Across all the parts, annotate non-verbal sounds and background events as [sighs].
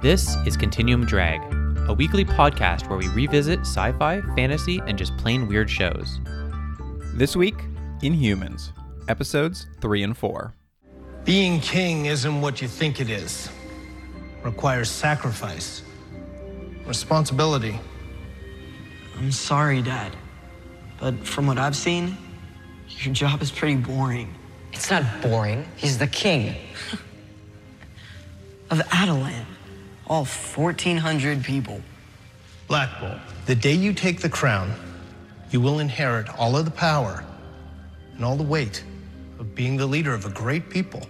This is Continuum Drag, a weekly podcast where we revisit sci fi, fantasy, and just plain weird shows. This week, Inhumans, episodes 3 and 4. Being king isn't what you think it is. Requires sacrifice, responsibility. I'm sorry, Dad. But from what I've seen, your job is pretty boring. It's not boring. He's the king. [laughs] Of Adelan, all 1,400 people. Black Bull, the day you take the crown, you will inherit all of the power and all the weight of being the leader of a great people.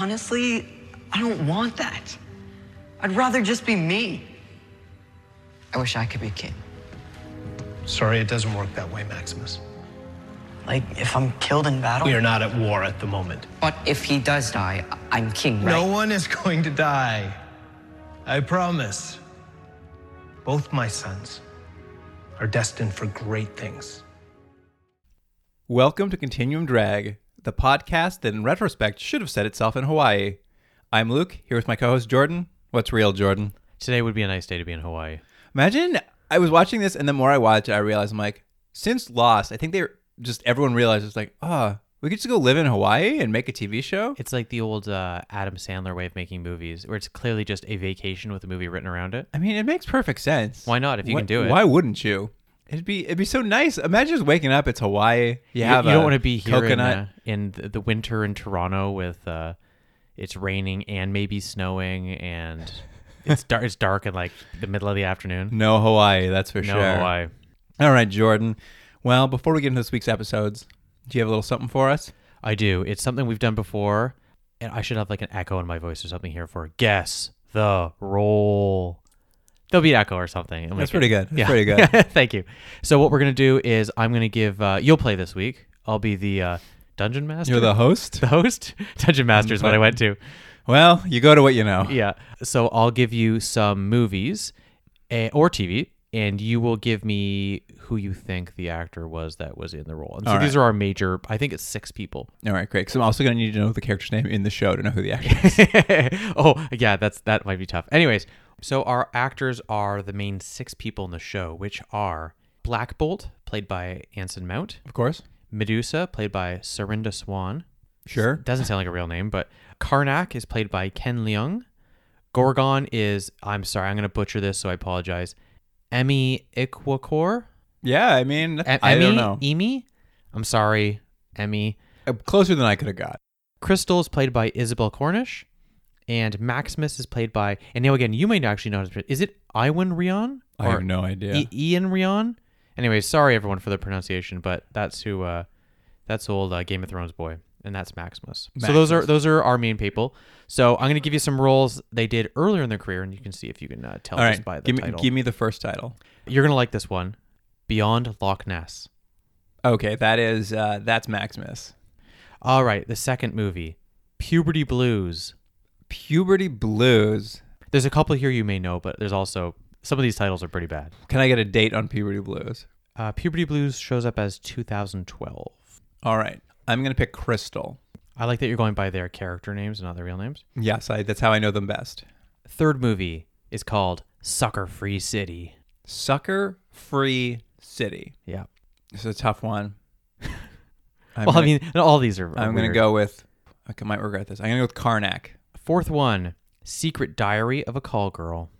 Honestly, I don't want that. I'd rather just be me. I wish I could be king. Sorry, it doesn't work that way, Maximus. Like, if I'm killed in battle, We are not at war at the moment. But if he does die, I- I'm king, right? No one is going to die. I promise. Both my sons are destined for great things. Welcome to Continuum Drag, the podcast that in retrospect should have set itself in Hawaii. I'm Luke, here with my co host Jordan. What's real, Jordan? Today would be a nice day to be in Hawaii. Imagine I was watching this, and the more I watch it, I realize I'm like, since Lost, I think they just everyone realized it's like, ah, we could just go live in Hawaii and make a TV show. It's like the old uh, Adam Sandler way of making movies, where it's clearly just a vacation with a movie written around it. I mean, it makes perfect sense. Why not, if you Wh- can do it? Why wouldn't you? It'd be it'd be so nice. Imagine just waking up. It's Hawaii. You, You, have you a don't want to be here in, coconut. uh, in th- the winter in Toronto with uh, it's raining and maybe snowing and it's dark. It's dark in like the middle of the [laughs] afternoon. no Hawaii, that's for No sure. Hawaii. All right, Jordan. Well, before we get into this week's episodes, do you have a little something for us? I do. It's something we've done before, and I should have like an echo in my voice or something here for guess the roll. There'll be an echo or something. It'll That's make pretty it- good. That's [laughs] pretty good. Thank you. So what we're gonna do is I'm gonna give uh, you'll play this week. I'll be the uh, dungeon master. You're the [laughs] host. The host. dungeon master is what I went [laughs] to. Well, you go to what you know. Yeah. So I'll give you some movies eh, or TV, and you will give me who you think the actor was that was in the role. And so All these are our major. I think it's six people. All right, great. So I'm also going to need to know the character's name in the show to know who the actor is. [laughs] oh yeah, that's that might be tough. Anyways, so our actors are the main six people in the show, which are Black Bolt, played by Anson Mount, of course. Medusa, played by Serinda Swan. Sure. Doesn't sound like a real name, but Karnak is played by Ken Leung. Gorgon is I'm sorry, I'm gonna butcher this, so I apologize. Emmy Iquakor. Yeah, I mean, E- that's- I don't Emmy? know. Emmy? I'm sorry, Emmy. Uh, Closer than I could have got. Crystal is played by Isabel Cornish, and Maximus is played by. And now again, you might actually know how to pronounce. Is it Iwan Rion? I have no idea. I- Ian Rion. Anyway, sorry everyone for the pronunciation, but that's who. Uh, that's old uh, Game of Thrones boy, and that's Maximus. So those are Maximus. those are our main people. So I'm gonna give you some roles they did earlier in their career, and you can see if you can uh, tell All just right, by the give me title. give me the first title. You're gonna like this one, Beyond Loch Ness. Okay, that is uh, that's Maximus. All right, the second movie, Puberty Blues. Puberty Blues. There's a couple here you may know, but there's also some of these titles are pretty bad. Can I get a date on Puberty Blues? Uh, Puberty Blues shows up as 2012. All right, I'm gonna pick Crystal. I like that you're going by their character names and not their real names. Yes, I, that's how I know them best. Third movie is called Sucker Free City. Sucker Free City. Yeah. This is a tough one. [laughs] I'm well, gonna, I mean, all these are. I'm weird. gonna go with. I might regret this. I'm gonna go with Karnak. Fourth one, Secret Diary of a Call Girl.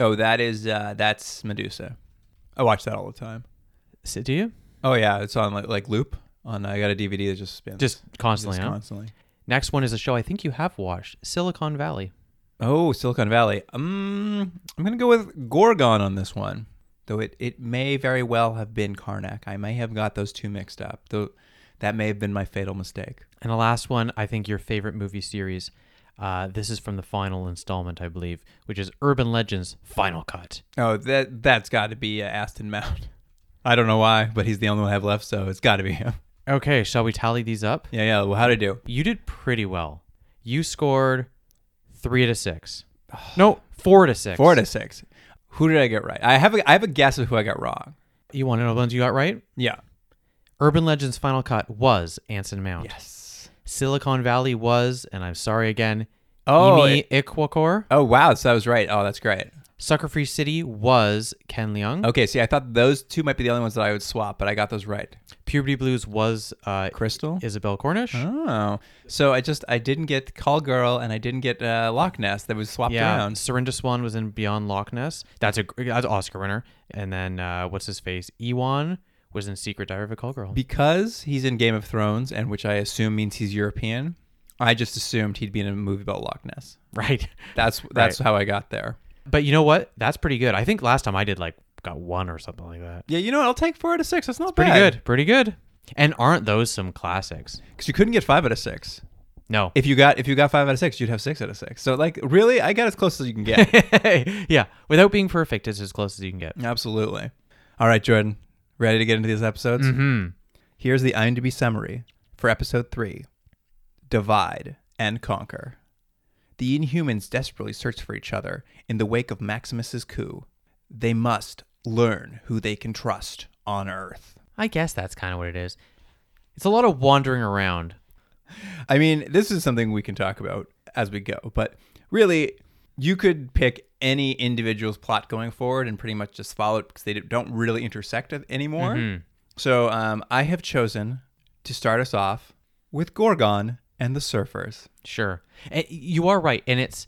Oh, that is uh, that's Medusa. I watch that all the time. S- Do you? Oh yeah, it's on like, like loop. On I got a DVD that just spins Just Just constantly, huh? constantly. Next one is a show I think you have watched, Silicon Valley. Oh, Silicon Valley. Um, I'm gonna go with Gorgon on this one, though it, it may very well have been Karnak. I may have got those two mixed up. Though that may have been my fatal mistake. And the last one, I think your favorite movie series. Uh, this is from the final installment, I believe, which is Urban Legends Final Cut. Oh, that that's got to be uh, Aston Mount. [laughs] I don't know why, but he's the only one I have left, so it's got to be him. [laughs] Okay, shall we tally these up? Yeah, yeah. Well, how'd I do? [sighs] You did pretty well. You scored three out of six. No, four to six. Four to six. Who did I get right? I have a, I have a guess of who I got wrong. You want to know the ones you got right? Yeah. Urban Legends Final Cut was Anson Mount. Yes. Silicon Valley was, and I'm sorry again, Oh, Emi Ikwakor. Oh wow, so I was right. Oh, that's great. Sucker Free City was Ken Leung. Okay, see, I thought those two might be the only ones that I would swap, but I got those right. Puberty Blues was uh, Crystal. Isabel Cornish. Oh, so I just I didn't get Call Girl and I didn't get uh, Loch Ness that was swapped Yeah, around. Serinda Swan was in Beyond Loch Ness. That's a gr- that's an Oscar winner. And then uh, what's his face? Ewan was in Secret Diary of a Call Girl. because he's in Game of Thrones, and which I assume means he's European. I just assumed he'd be in a movie about Loch Ness. right. [laughs] That's that's how I got there. But you know what? That's pretty good. I think last time I did like got one or something like that. Yeah, you know what? I'll take four out of six. That's not Pretty bad. good. Pretty good. And aren't those some classics? because you couldn't get five out of six. No. If you got if you got five out of six, you'd have six out of six. So like really, I got as close as you can [laughs] get. [laughs] yeah. Without being perfect, it's as close as you can get. Absolutely. All right, Jordan. Ready to get into these episodes? Mm-hmm. Here's the IMDb summary for episode three Divide and Conquer. The Inhumans desperately search for each other in the wake of Maximus's coup. They must learn who they can trust on Earth. I guess that's kind of what it is. It's a lot of wandering around. I mean, this is something we can talk about as we go, but really, you could pick any individual's plot going forward and pretty much just follow it because they don't really intersect it anymore. Mm-hmm. So um, I have chosen to start us off with Gorgon and the Surfers. Sure. And you are right, and it's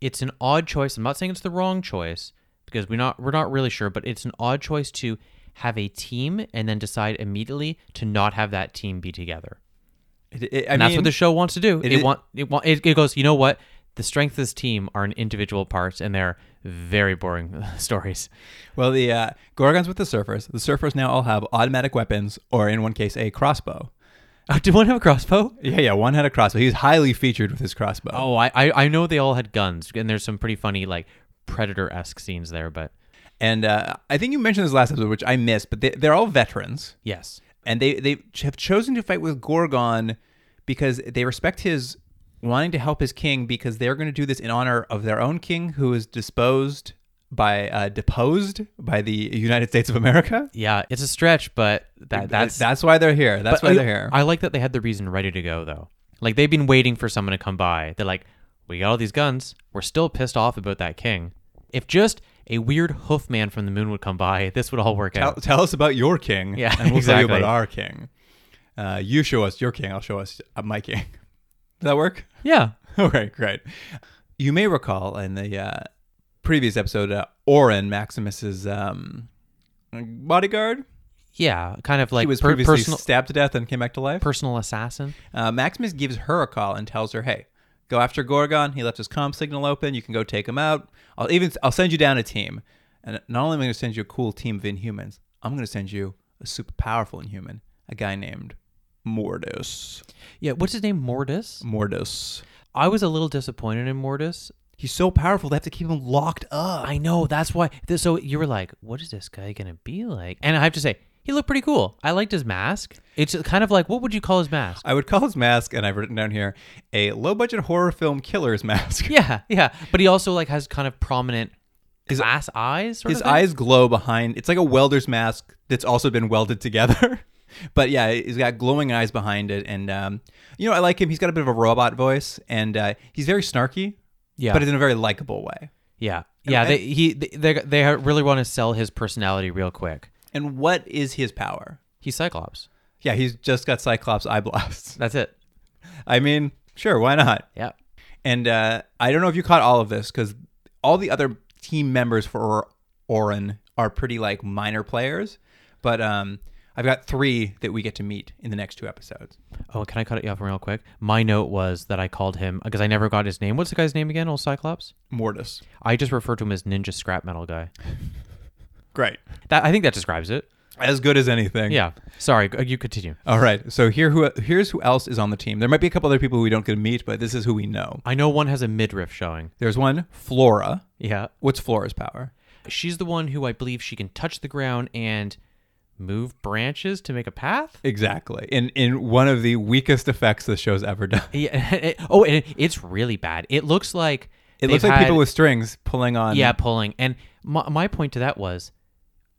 it's an odd choice. I'm not saying it's the wrong choice because we're not we're not really sure, but it's an odd choice to have a team and then decide immediately to not have that team be together. It, it, I And that's mean, what the show wants to do. it It, i- want it want it, it goes, you know what? The strength of this team are in individual parts and they're very boring [laughs] stories. Well, the uh, Gorgons with the Surfers. The Surfers now all have automatic weapons, or in one case, a crossbow. Oh, did one have a crossbow? Yeah, yeah. One had a crossbow. He was highly featured with his crossbow. Oh, I, I I know they all had guns, and there's some pretty funny like predator esque scenes there, but And uh, I think you mentioned this last episode, which I missed, but they, they're all veterans. yes, and they they ch- have chosen to fight with Gorgon because they respect his wanting to help his king because they're going to do this in honor of their own king who is disposed by uh, deposed by the United States of America. yeah, it's a stretch, but that that's that's why they're here. That's but why I, they're here. I like that they had the reason ready to go though. Like they've been waiting for someone to come by. They're like, we got all these guns. We're still pissed off about that king. If just a weird hoof man from the moon would come by, this would all work tell, out. tell us about your king. Yeah, and we'll tell you exactly. about our king. Uh, you show us your king. I'll show us uh, my king. [laughs] Does that work? Yeah, [laughs] All right, great. You may recall in the uh, previous episode, uh, Oren Maximus's um, bodyguard. yeah, kind of like he was per- previously personal stabbed to death and came back to life. personal assassin. uh, Maximus gives her a call and tells her, "Hey, go after Gorgon. He left his comm signal open. You can go take him out. I'll even I'll send you down a team. And not only am I going to send you a cool team of Inhumans, I'm going to send you a super powerful Inhuman, a guy named Mortis. Yeah, what's his name? Mortis. Mortis. I was a little disappointed in Mortis. He's so powerful they have to keep him locked up. I know. That's why. th- So you were like, what is this guy going to be like? And I have to say, he looked pretty cool. I liked his mask. It's kind of like, what would you call his mask? I would call his mask, and I've written down here a low budget horror film killer's mask. Yeah, yeah. But he also like has kind of prominent glass eyes. Sort [laughs] His of thing. eyes glow behind. It's like a welder's mask that's also been welded together. [laughs] but yeah, he's got glowing eyes behind it, and um, you know I like him. He's got a bit of a robot voice, and uh, he's very snarky, Yeah, but in a very likable way. yeah, yeah. They he they they- they really want to sell his personality real quick. And what is his power? He's Cyclops. Yeah, he's just got Cyclops eye blasts. [laughs] That's it. I mean, sure, why not? Yeah. And uh, I don't know if you caught all of this because all the other team members for Orin are pretty like minor players, but um, I've got three that we get to meet in the next two episodes. Oh, can I cut it off real quick? My note was that I called him because I never got his name. What's the guy's name again? Old Cyclops. Mortis, I just referred to him as Ninja Scrap Metal guy. great, That I think that describes it. as good as anything. Yeah. Sorry, g- you continue. All right. So here, who here's who else is on the team. There might be a couple other people who we don't get to meet, but this is who we know. I know one has a midriff showing. There's one Flora. Yeah. What's Flora's power? She's the one who I believe she can touch the ground and move branches to make a path. Exactly. In in one [laughs] of the weakest effects the show's ever done. Yeah. oh, and it's really bad. It looks like It looks They've like people had- with strings pulling on. yeah, pulling. And my, my point to that was,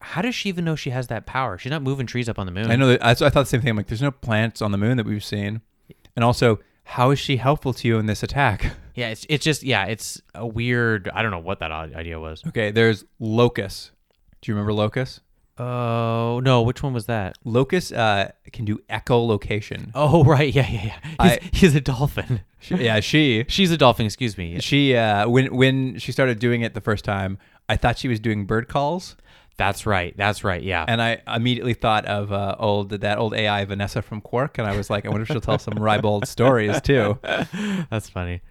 how does she even know she has that power? She's not moving trees up on the moon. I know. That, I, I thought the same thing. I'm like, there's no plants on the moon that we've seen, and also, how is she helpful to you in this attack? [laughs] Yeah, it's it's just yeah, it's a weird. I don't know what that i- idea was. Okay, there's locus. Do you remember locus? Oh no, which one was that? Locus uh, can do echolocation. Oh [laughs] right, yeah, yeah, yeah. He's, I- he's a dolphin. [laughs] She- yeah, she She's a dolphin. Excuse me. she uh, when when she started doing it the first time, I thought she was doing bird calls, That's right. That's right. Yeah. and I immediately thought of uh, old that old AI Vanessa from Quark, and I was like, I wonder if she'll tell some ribald stories too. That's funny.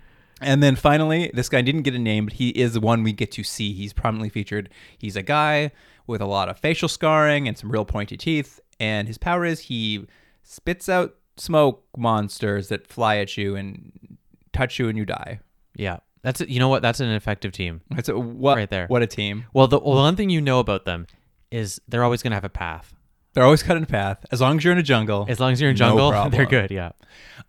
And then finally, this guy didn't get a name, but he is the one we get to see. He's prominently featured. He's a guy with a lot of facial scarring and some real pointy teeth. And his power is he spits out smoke monsters that fly at you and touch you and you die. Yeah. That's you know what? That's an effective team. That's a, what, Right there. What a team. Well, the well, one thing you know about them is they're always going to have a path. They're always cutting a path. As long as you're in a jungle. As long as you're in no jungle, [laughs] problem. they're good. Yeah.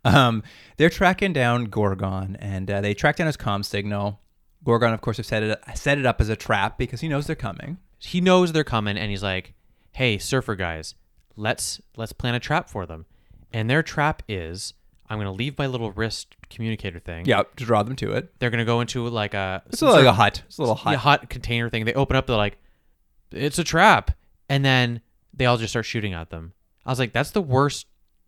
Um, they're tracking down Gorgon, and uh, they track down his comm signal. Gorgon, of course, have set it set it up as a trap because he knows they're coming. He knows they're coming, and he's like, "Hey, surfer guys, let's let's plan a trap for them." And their trap is, I'm going to leave my little wrist communicator thing. Yeah, to draw them to it. They're going to go into like a It's some like sort a of- hut. It's a little hut. yeah, hot container thing. They open up, they're like, it's a trap. And then they all just start shooting at them. I was like, that's the worst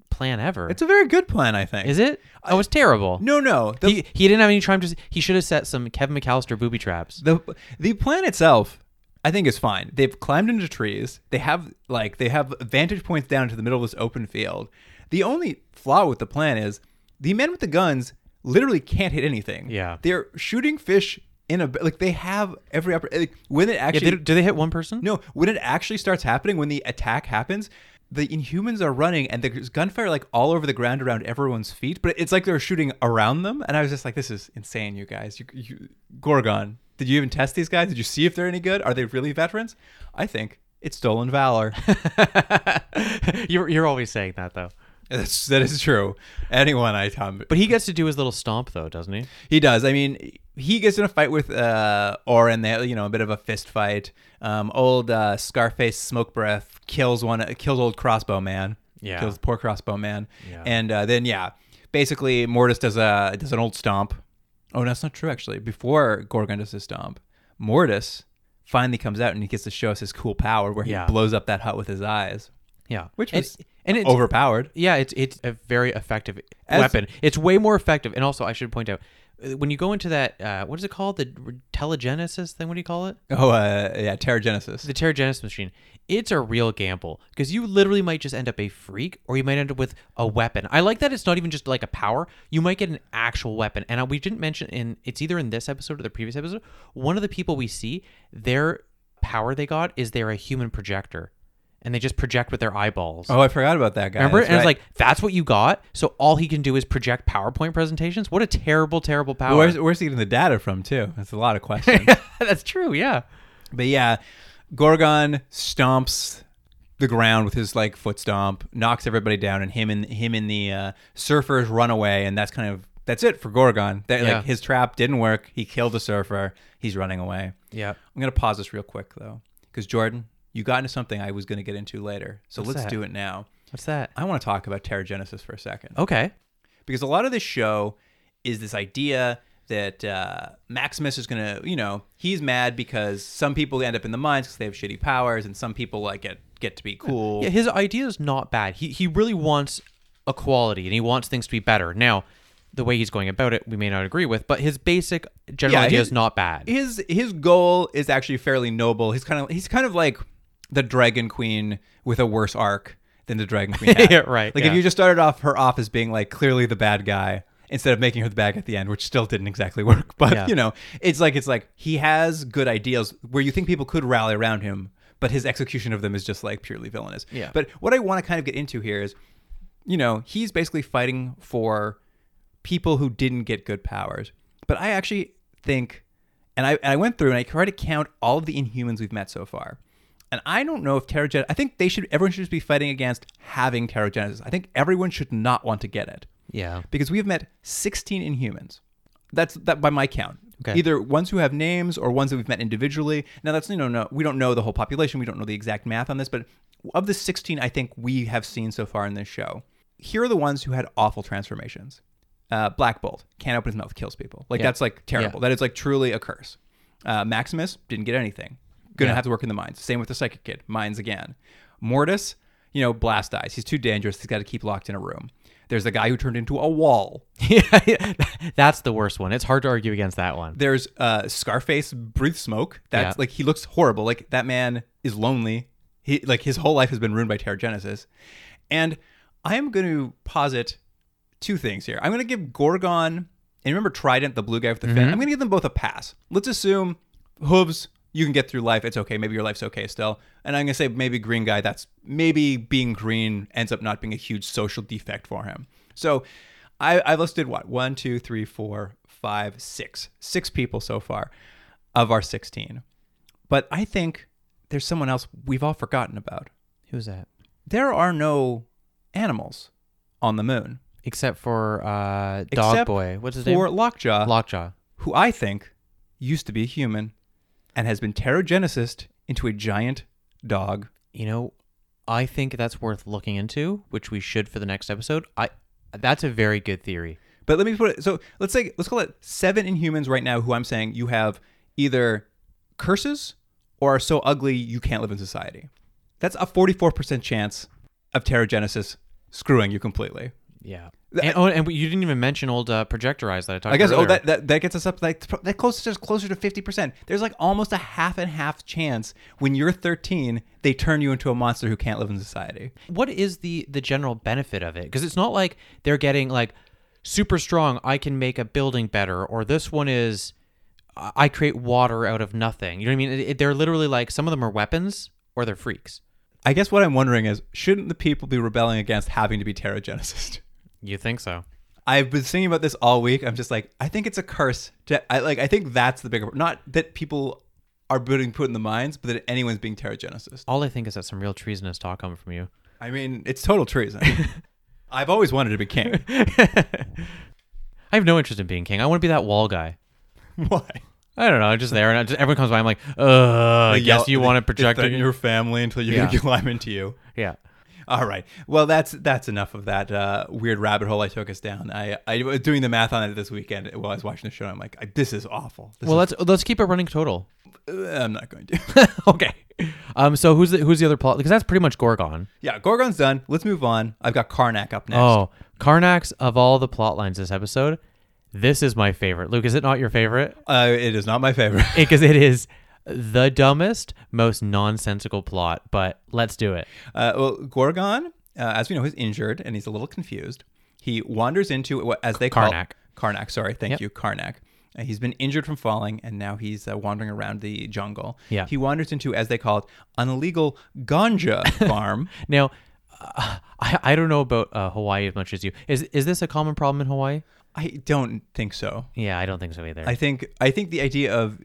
plan ever. It's a very good plan, I think. Is it? Oh, it's terrible. No, no. The, he, he didn't have any time to. He should have set some Kevin McAllister booby traps. the the plan itself, I think, is fine. They've climbed into trees. They have like they have vantage points down to the middle of this open field. The only flaw with the plan is the men with the guns literally can't hit anything. Yeah. they're shooting fish in a like they have every oppor- like, when it Yeah, actually they, don't- do they hit one person? No, when it actually starts happening, when the attack happens, the Inhumans are running and there's gunfire like all over the ground around everyone's feet, but it's like they're shooting around them. And I was just like, this is insane, you guys. You, you, Gorgon, did you even test these guys? Did you see if they're any good? Are they really veterans? I think it's stolen valor. [laughs] [laughs] you're, you're always saying that though. That's, that is true. Anyone I Tom, But he gets to do his little stomp though, doesn't he? He does. I mean, he gets in a fight with uh, Orin. They, you know, a bit of a fist fight. Um, old uh, Scarface Smoke Breath kills one. Kills old Crossbow Man. Yeah. Kills poor Crossbow Man. Yeah. And uh, then yeah, basically Mortis does a does an old stomp. Oh, that's not true actually. Before Gorgon does his stomp, Mortis finally comes out and he gets to show us his cool power where he Yeah. blows up that hut with his eyes, Yeah. which And- was Oh, and it's, overpowered. Yeah, it's it's a very effective As- weapon. It's way more effective. And also, I should point out uh, when you go into that, uh, what is it called? The r- telegenesis thing. What do you call it? Oh uh, yeah, Teragenesis. The telegenesis machine. It's a real gamble because you literally might just end up a freak, or you might end up with a weapon. I like that it's not even just like a power. You might get an actual weapon. And uh, we didn't mention in it's either in this episode or the previous episode. One of the people we see, their power they got is they're a human projector, and they just project with their eyeballs. Oh, I forgot about that guy. Remember? That's and it's right. like, that's what you got. So all he can do is project PowerPoint presentations. What a terrible, terrible power. Where's, where's he getting the data from too? That's a lot of questions. [laughs] that's true. Yeah. but yeah, Gorgon stomps the ground with his like foot stomp, knocks everybody down, and him and him and the uh, surfers run away, and that's kind of that's it for Gorgon. That, Yeah. Like his trap didn't work. He killed the surfer. He's running away. Yeah. I'm gonna pause this real quick though, because Jordan, you got into something I was gonna get into later, so let's that? do it now. What's that? I want to talk about Teragenesis for a second Okay. because a lot of this show is this idea that uh, Maximus is gonna, you know, he's mad because some people end up in the mines because they have shitty powers, and some people like get get to be cool. Yeah, his idea is not bad. He he really wants equality and he wants things to be better. Now, the way he's going about it, we may not agree with, but his basic general Yeah, idea his- is not bad. His his goal is actually fairly noble. He's kind of he's kind of like the Dragon Queen with a worse arc than the Dragon [laughs] Queen. Had. Yeah, right, Like yeah. if you just started off her off as being like clearly the bad guy instead of making her the bad guy at the end, which still didn't exactly [laughs] work. But Yeah. you know, it's like it's like he has good ideals where you think people could rally around him, but his execution of them is just like purely villainous. Yeah. But what I want to kind of get into here is, you know, he's basically fighting for people who didn't get good powers. But I actually think, and I, and I went through and I tried to count all of the Inhumans we've met so far. And I don't know if Teragenesis, I think they should, everyone should just be fighting against having Teragenesis. I think everyone should not want to get it yeah. [laughs] because we have met 16 Inhumans. That's that by my count. Okay. Either ones who have names or ones that we've met individually. Now that's you know no, we don't know the whole population. We don't know the exact math on this, but of the 16 I think we have seen so far in this show, here are the ones who had awful transformations. Uh, Black Bolt can't open his mouth, kills people. Like Yeah. that's like terrible. That is like truly a curse. Uh, Maximus didn't get anything. Gonna Yeah. have to work in the mines. Same with the psychic kid. Mines again. Mortis, you know, blast eyes. He's too dangerous. He's got to keep locked in a room. There's the guy who turned into a wall. yeah, that's the worst one. It's hard to argue against that one. There's uh, Scarface breathes smoke. That's Yeah. like he looks horrible. Like that man is lonely. He like his whole life has been ruined by pterogenesis. And I am going to posit two things here. I'm going to give Gorgon and remember Trident, the blue guy with the fin. I'm going to give them both a pass. Let's assume hooves. You can get through life. It's okay. Maybe your life's okay still. And I'm going to say maybe green guy. That's maybe being green ends up not being a huge social defect for him. So I, I've listed what one, two, three, four, five, six, six people so far of our 16. But I think there's someone else we've all forgotten about. Who's that? There are no animals on the moon. Except for uh, Dog Except Boy. What's his for name? Lockjaw, Lockjaw. who I think used to be a human and has been pterogenesised into a giant dog. You know, I think that's worth looking into, which we should for the next episode. I that's a very good theory. But let me put it so let's say let's call it seven inhumans right now who I'm saying you have either curses or are so ugly you can't live in society. That's a 44% chance of pterogenesis screwing you completely. Yeah. And, oh, and you didn't even mention old uh, Projector Eyes that I talked. I guess oh earlier. that, that that gets us up like pro- that close just closer to 50%. There's like almost a half and half chance when you're 13 they turn you into a monster who can't live in society. what is the the general benefit of it because it's not like they're getting like super strong i can make a building better or this one is i I create water out of nothing you know what i mean it, it- they're literally like some of them are weapons or they're freaks I guess what I'm wondering is, shouldn't the people be rebelling against having to be pterogenesis? you think so [laughs] I've been thinking about this all week. I'm just like, I think it's a curse. To, I like, I think that's the bigger not that people are being put in the mines, but that anyone's being pterogenesis. all i think is that some real treasonous talk coming from you I mean, it's [laughs] total treason. I've always wanted to be king. i have no interest in being king i want to be that wall guy Why? i don't know I'm just there and I just, everyone comes by i'm like uh i Yell- guess you want to [laughs] they- they project threaten it your family until you Yeah. [laughs] climb into you. yeah All right. Well, that's that's enough of that uh, weird rabbit hole I took us down. I I was doing the math on it this weekend while I was watching the show. I'm like, I- this is awful. This well let's let's keep a running total is- I'm not going to. [laughs] [laughs] okay um so who's the who's the other plot because that's pretty much gorgon yeah, Gorgon's done. Let's move on. I've got Karnak up next. Oh, Karnax of all the plot lines this episode, this is my favorite. Luke, is it not your [laughs] favorite? Uh, it is not my favorite. [laughs] Because it is the dumbest, most nonsensical plot, but let's do it. Uh, well, Gorgon, uh, as we know, is injured and he's a little confused. He wanders into what, as they call Karnak. Karnak, sorry, thank Yep. you, Karnak. Uh, he's been injured from falling, and now he's uh, wandering around the jungle. Yeah. He wanders into, as they call it, an illegal [laughs] ganja farm. Now, uh, I, I don't know about uh, Hawaii as much as you. Is is this a common problem in Hawaii? I don't think so. Yeah, I don't think so either. I think I think the idea of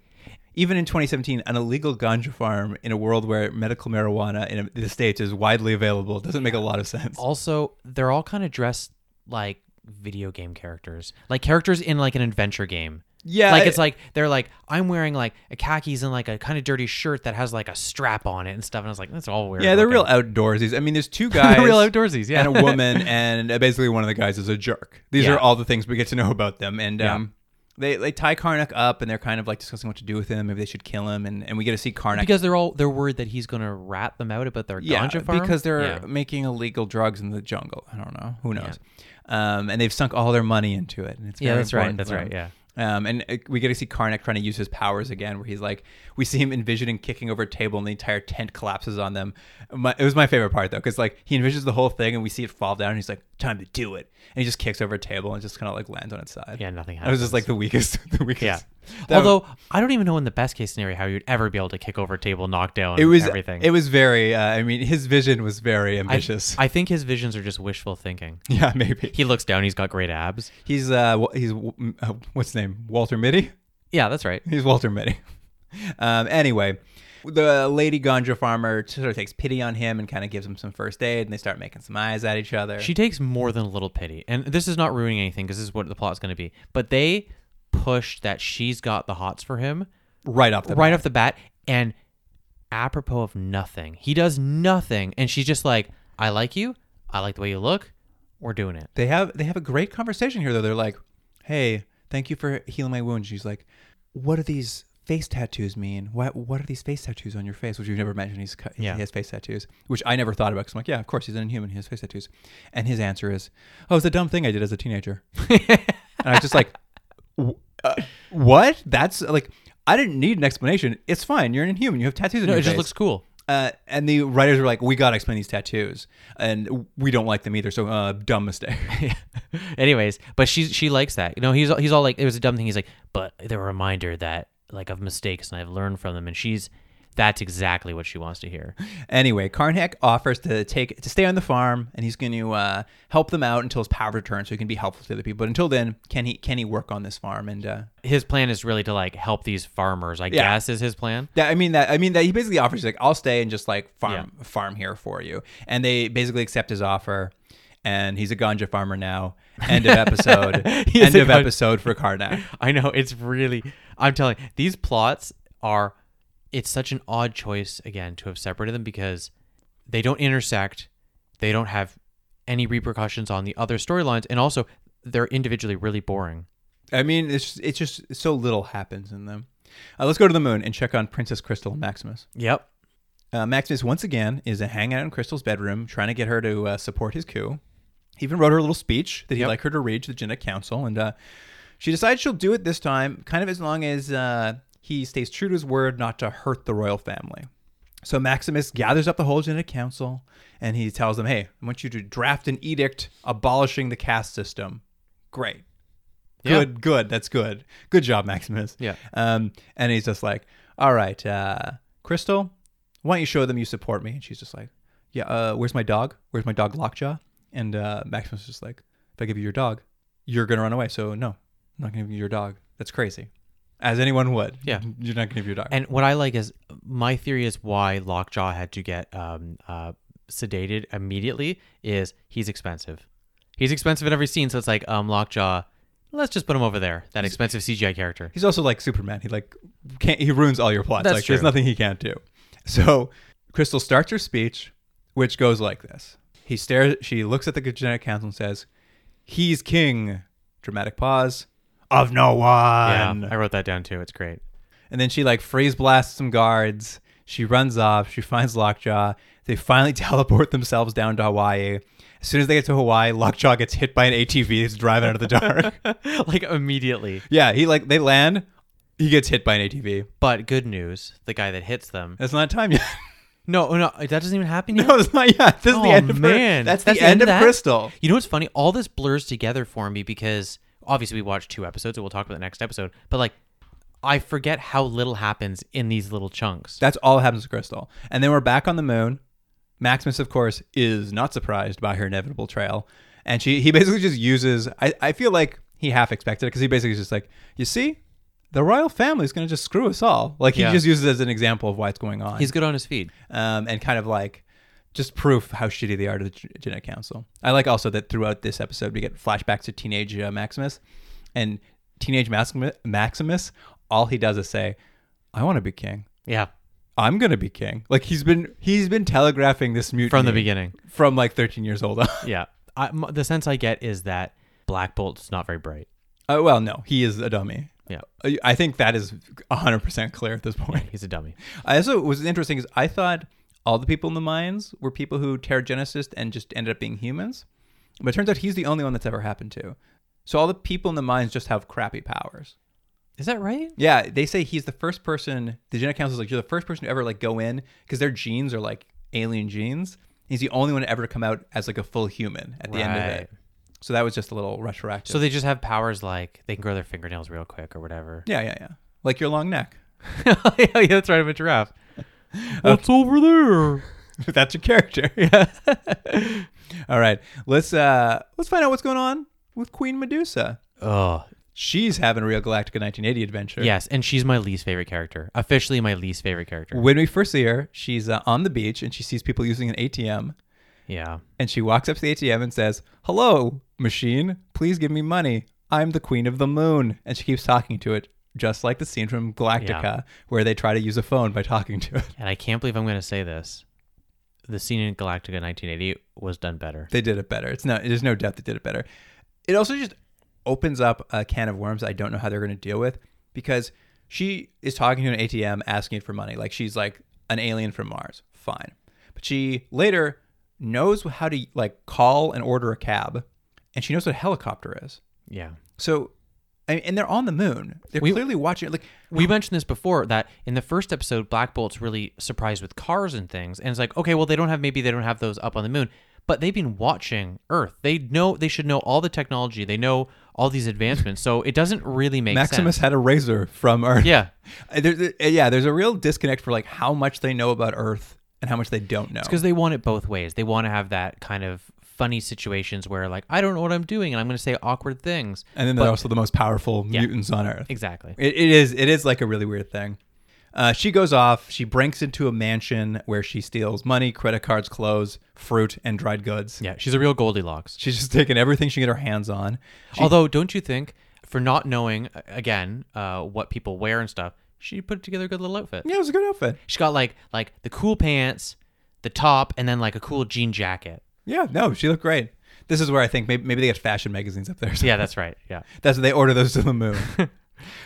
even in 2017, an illegal ganja farm in a world where medical marijuana in the states is widely available doesn't make a lot of sense. also, they're all kind of dressed like video game characters, like characters in like an adventure game. Yeah, like I- it's like they're like I'm wearing like a khakis and like a kind of dirty shirt that has like a strap on it and stuff, and I was like, that's all weird. Yeah, they're looking. real outdoorsies. I mean, there's [laughs] two guys, They're real outdoorsies, yeah. and a woman, and uh, basically one of the guys is a jerk. These Yeah. are all the things we get to know about them, and um, they they tie Karnak up, and they're kind of like discussing what to do with him. Maybe they should kill him, and, and we get to see Karnak because they're all they're worried that he's gonna rat them out about their yeah, ganja farm because they're Yeah. making illegal drugs in the jungle. I don't know. Who knows? Um, and they've sunk all their money into it. And it's Yeah, very that's right, important that's for right, them. Um, and uh, we get to see Karnak trying to use his powers again, where he's like, we see him envisioning kicking over a table, and the entire tent collapses on them. My, it was my favorite part though, because like he envisions the whole thing, and we see it fall down, and he's like, "Time to do it!" And he just kicks over a table and just kind of like lands on its side. Yeah, nothing It was just like the weakest, [laughs] the weakest. yeah. That- Although I don't even know in the best case scenario how you'd ever be able to kick over a table, knock down it was everything. It was very. Uh, I mean, his vision was very I, ambitious. [laughs] I think his visions are just wishful thinking. yeah, maybe. He looks down, he's got great abs. He's uh wa- he's w- m- uh, what's his name Walter Mitty. Yeah, that's right. He's Walter Mitty. [laughs] Um, anyway, the lady ganja farmer sort of takes pity on him and kind of gives him some first aid, and they start making some eyes at each other. She takes more than a little pity, and this is not ruining anything because this is what the plot's going to be. But they pushed that she's got the hots for him right off the right bat. off the bat and apropos of nothing. He does nothing and she's just like, I like you. I like the way you look. We're doing it. They have they have a great conversation here though. They're like, "Hey, thank you for healing my wound." She's like, "What do these face tattoos mean? What what are these face tattoos on your face?" Which we've never mentioned. He's cut, Yeah. he has face tattoos, which I never thought about because I'm like, "Yeah, of course he's an inhuman. He has face tattoos." And his answer is, "Oh, it's a dumb thing I did as [laughs] a teenager." and I was just like, w- uh, "What? That's like." I didn't need an explanation. It's fine. You're an inhuman. You have tattoos. on No, your it just face." looks cool. [laughs] Uh, and the writers were like, "We gotta explain these tattoos, and we don't like them either." So, uh, [laughs] dumb mistake. Anyways, but she she likes that. You know, he's he's all like, it was a dumb thing. He's like, but they're a reminder that like of mistakes and I've learned from them. And she's that's exactly what she wants to hear. Anyway, Karnak offers to take to stay on the farm, and he's going to uh, help them out until his power returns, so he can be helpful to other people. But until then, can he can he work on this farm? And uh, His plan is really to like help these farmers. I guess is his plan. that I mean that I mean that he basically offers like I'll stay and just like farm Yeah. farm here for you, and they basically accept his offer. And he's a ganja farmer now. End of episode. [laughs] He is End a of gan- episode for Karnak. I know it's really. I'm telling these plots are. It's such an odd choice again to have separated them because they don't intersect. They don't have any repercussions on the other storylines, and also they're individually really boring. I mean, it's just, it's just so little happens in them. Uh, let's go to the moon and check on Princess Crystal and Maximus. Yep. Uh, Maximus once again is a hangout in Crystal's bedroom, trying to get her to uh, support his coup. He even wrote her a little speech that he'd like her to read to the Genetic Council, and uh, she decides she'll do it this time, kind of as long as uh, he stays true to his word not to hurt the royal family. So Maximus gathers up the whole Genetic Council, and he tells them, "Hey, I want you to draft an edict abolishing the caste system." Great. Yeah. Good, good. That's good. Good job, Maximus. Yeah. Um, and he's just like, all right, uh, Crystal, why don't you show them you support me? And she's just like, yeah, uh, where's my dog? Where's my dog Lockjaw? And uh, Maximus is just like, if I give you your dog, you're going to run away. So no, I'm not going to give you your dog. That's crazy. As anyone would. Yeah. You're not going to give your dog. And what I like is my theory is why Lockjaw had to get um, uh, sedated immediately is he's expensive. He's expensive in every scene, so it's like um, Lockjaw. Let's just put him over there. That expensive CGI character. He's also like Superman. He like can't he ruins all your plots. That's like true. there's nothing he can't do. So Crystal starts her speech, which goes like this. He stares she looks at the genetic council and says, He's king. Dramatic pause. Of no Yeah, one. Um, I wrote that down too. It's great. [laughs] And then she like freeze blasts some guards. She runs off. She finds Lockjaw. They finally [laughs] teleport themselves down to Hawaii. As soon as they get to Hawaii, Lockjaw gets hit by an ATV that's driving out of the [laughs] dark. like immediately. yeah, he like they land. He gets hit by an ATV. But good news, the guy that hits them. That's not time yet. No, no, that doesn't even happen yet. [laughs] No, it's not yet. This is the Oh, end of her- man. That's, the, end, of that? Crystal. You know what's funny? All this blurs together for me because obviously we watched two episodes and we'll talk about the next episode. But like, I forget how little happens in these little chunks. That's all that happens to Crystal. And then we're back on the moon. Maximus, of course, is not surprised by her inevitable trail. And she he basically just uses I, I feel like he half expected it because he basically is just like, you see, the royal family is gonna just screw us all. Like he Yeah. just uses it as an example of why it's going on. He's good on his feet. um, and kind of like just proof how shitty they are to the Gen- genetic council. I like also that throughout this episode we get flashbacks to teenage uh, Maximus, and teenage Maximus, Maximus, all he does is say, "I want to be king. Yeah, I'm gonna be king." Like he's been he's been telegraphing this mutiny from the beginning. from like 13 years old. [laughs] Uh, Yeah, I m the sense I get is that Black Bolt's not very bright. uh, well, no, he is a dummy. Yeah, I- I think that is 100% clear at this point. he's a dummy. I also was interesting is I thought all the people in the mines were people who terragenesis and just ended up being humans, but it turns out he's the only one that's ever happened to. So all the people in the mines just have crappy powers. Is that right? Yeah, they say he's the first person. The genetic council's like you're the first person to ever like go in because their genes are like alien genes. He's the only one ever to come out as like a full human at the end of Right. it. So that was just a little retroactive. So they just have powers like they can grow their fingernails real quick or [laughs] whatever. [laughs] yeah, yeah, yeah. Like your long neck. yeah, that's right. I'm a giraffe. What's over [laughs] there? That's your character. [laughs] Yeah. All right. Let's uh let's find out what's going on with Queen Medusa. Oh, She's having a real Galactica 1980 adventure. yes. And she's my least favorite character. Officially, my least favorite character. When we first see her, she's uh, on the beach and she sees people using an ATM Yeah. and she walks up to the ATM and says, "Hello, machine, please give me money. I'm the queen of the moon. And she keeps talking to it, just like the scene from Galactica, Yeah. where they try to use a phone by talking to it. And I can't believe I'm going to say this. The scene in Galactica 1980 was done better. They did it better. It's not, there's no doubt they did it better. It also just opens up a can of worms I don't know how they're going to deal with because she is talking to an ATM asking it for money. Like she's like an alien from Mars. Fine. But she later knows how to like call and order a cab and she knows what a helicopter is. Yeah. So, I and they're on the moon. They're clearly watching. Like, We mentioned this before that in the first episode, Black Bolt's really surprised with cars and things, and it's like, okay, well, they don't have maybe they don't have those up on the moon, but they've been watching Earth. They know they should know all the technology. They know all these advancements, so it doesn't really make Maximus sense. had a razor from Earth. Yeah, Uh, [laughs] There's, uh, yeah. There's a real disconnect for like how much they know about Earth and how much they don't know. because they want it both ways. They want to have that kind of funny situations where like I don't know what I'm doing and I'm going to say awkward things. and then they're also the most powerful mutants on Earth. Exactly. It, it is. It is like a really weird thing. Uh, she goes off. She breaks into a mansion where she steals money, credit cards, clothes, fruit, and dried goods. Yeah, she's a real Goldilocks. She's just taking everything she can get her hands on. Although, don't you think for not knowing a- again uh, what people wear and stuff, she put together a good little outfit. Yeah, it was a good outfit. She got like like the cool pants, the top, and then like a cool jean jacket. Yeah, no, she looked great. This is where I think maybe, maybe they got fashion magazines up there. Yeah, that's right. Yeah. [laughs] That's they order those to the moon. [laughs]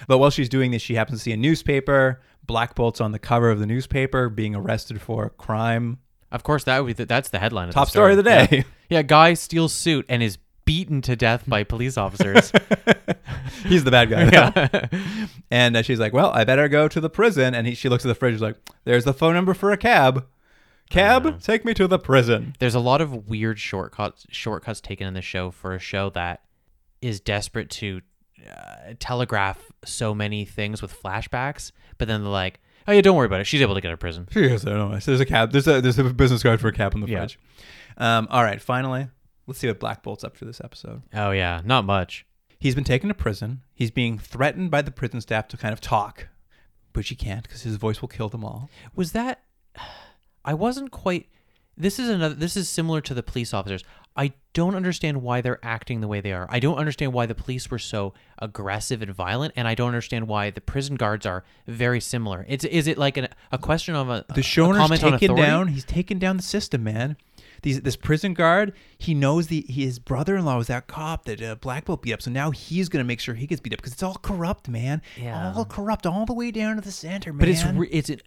but while she's doing this, she happens to see a newspaper. Black Bolt's on the cover of the newspaper, being arrested for crime. Of course, that would be the, that's the headline. Of Top the story of the day. Yeah. yeah, guy steals suit and is beaten to death by police [laughs] officers. He's the bad guy. [laughs] and uh, she's like, "Well, I better go to the prison." And he, she looks at the fridge. She's like, "There's the phone number for a cab. Cab, take me to the prison." There's a lot of weird shortcuts shortcuts taken in the show for a show that is desperate to uh, telegraph so many things with flashbacks, but then they're like, "Oh yeah, don't worry about it. She's able to get out of prison." She goes, "I don't know." So there's a cab. There's a there's a business card for a cab on the Yeah. fridge. Um, all right, finally, let's see what Black Bolt's up to this episode. Oh yeah, not much. He's been taken to prison. He's being threatened by the prison staff to kind of talk, but she can't because his voice will kill them all. was that i wasn't quite this is another this is similar to the police officers i don't understand why they're acting the way they are i don't understand why the police were so aggressive and violent and i don't understand why the prison guards are very similar it's is it like an, a question of a The a showrunner's comment on taken authority? down. He's taken down the system, man. These, this prison guard, he knows the his brother-in-law was that cop that uh, Black Bolt beat up, so now he's gonna make sure he gets beat up because it's all corrupt, man. Yeah. all corrupt, all the way down to the center, man. but it's re- it's it,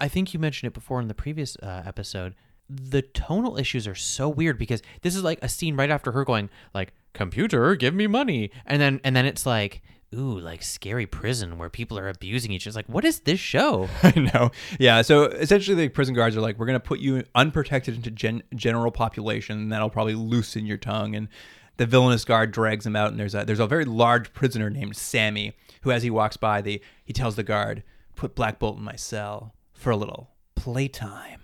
i think you mentioned it before in the previous uh, episode the tonal issues are so weird because this is like a scene right after her going like computer give me money and then and then it's like ooh like scary prison where people are abusing each other it's like what is this [laughs] show I know. Yeah. So essentially, the prison guards are like, we're going to put you unprotected into gen- general population, and that'll probably loosen your tongue. And the villainous guard drags him out, and there's a there's a very large prisoner named Sammy who, as he walks by, the he tells the guard, "Put Black Bolt in my cell for a little playtime."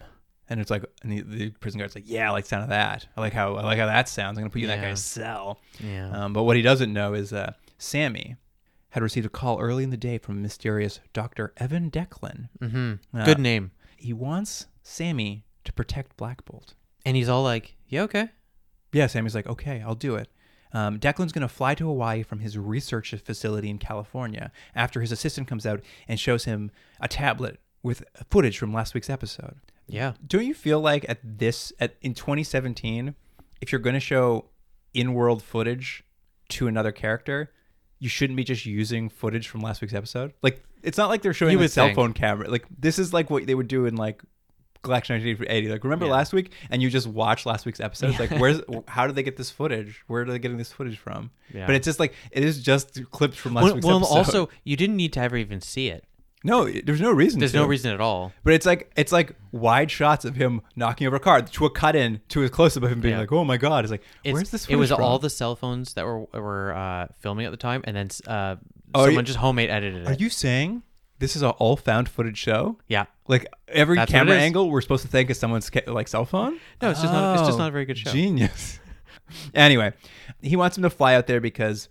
And it's like, and the, the prison guard's like, "Yeah, I like the sound of that. I like how I like how that sounds. I'm gonna put you in that Yeah. guy's cell." Yeah. Um, but what he doesn't know is uh, Sammy had received a call early in the day from a mysterious Dr. Evan Declan. Uh, good name He wants Sammy to protect Black Bolt. and he's all like yeah okay Yeah, Sammy's like, okay, I'll do it. Um, Declan's going to fly to Hawaii from his research facility in California after his assistant comes out and shows him a tablet with footage from last week's episode. yeah Don't you feel like at this at in 2017, if you're going to show in-world footage to another character, you shouldn't be just using footage from last week's episode? Like it's not like they're showing You a would cell think. phone camera. Like this is like what they would do in like Collection 1980. Like remember last week and you just watch last week's episode. It's Like where's how did they get this footage? Where are they getting this footage from? Yeah. But it's just like it is just clips from last well, week's well, episode. also you didn't need to ever even see it no, there's no reason. there's to. no reason at all But it's like it's like wide shots of him knocking over a car to a cut in to a close up of him being Yeah. like, "Oh my god!" It's like, It's- "Where's this?" it was footage all from? the cell phones that were were uh, filming at the time and then uh, Oh, are someone you- just homemade edited it Are you saying this is an all found footage show? yeah Like every That's what it camera is. angle, we're supposed to think is someone's ca- like cell phone. No, it's just not- it's just Oh, not a very good show. Genius. [laughs] anyway, he wants him to fly out there because,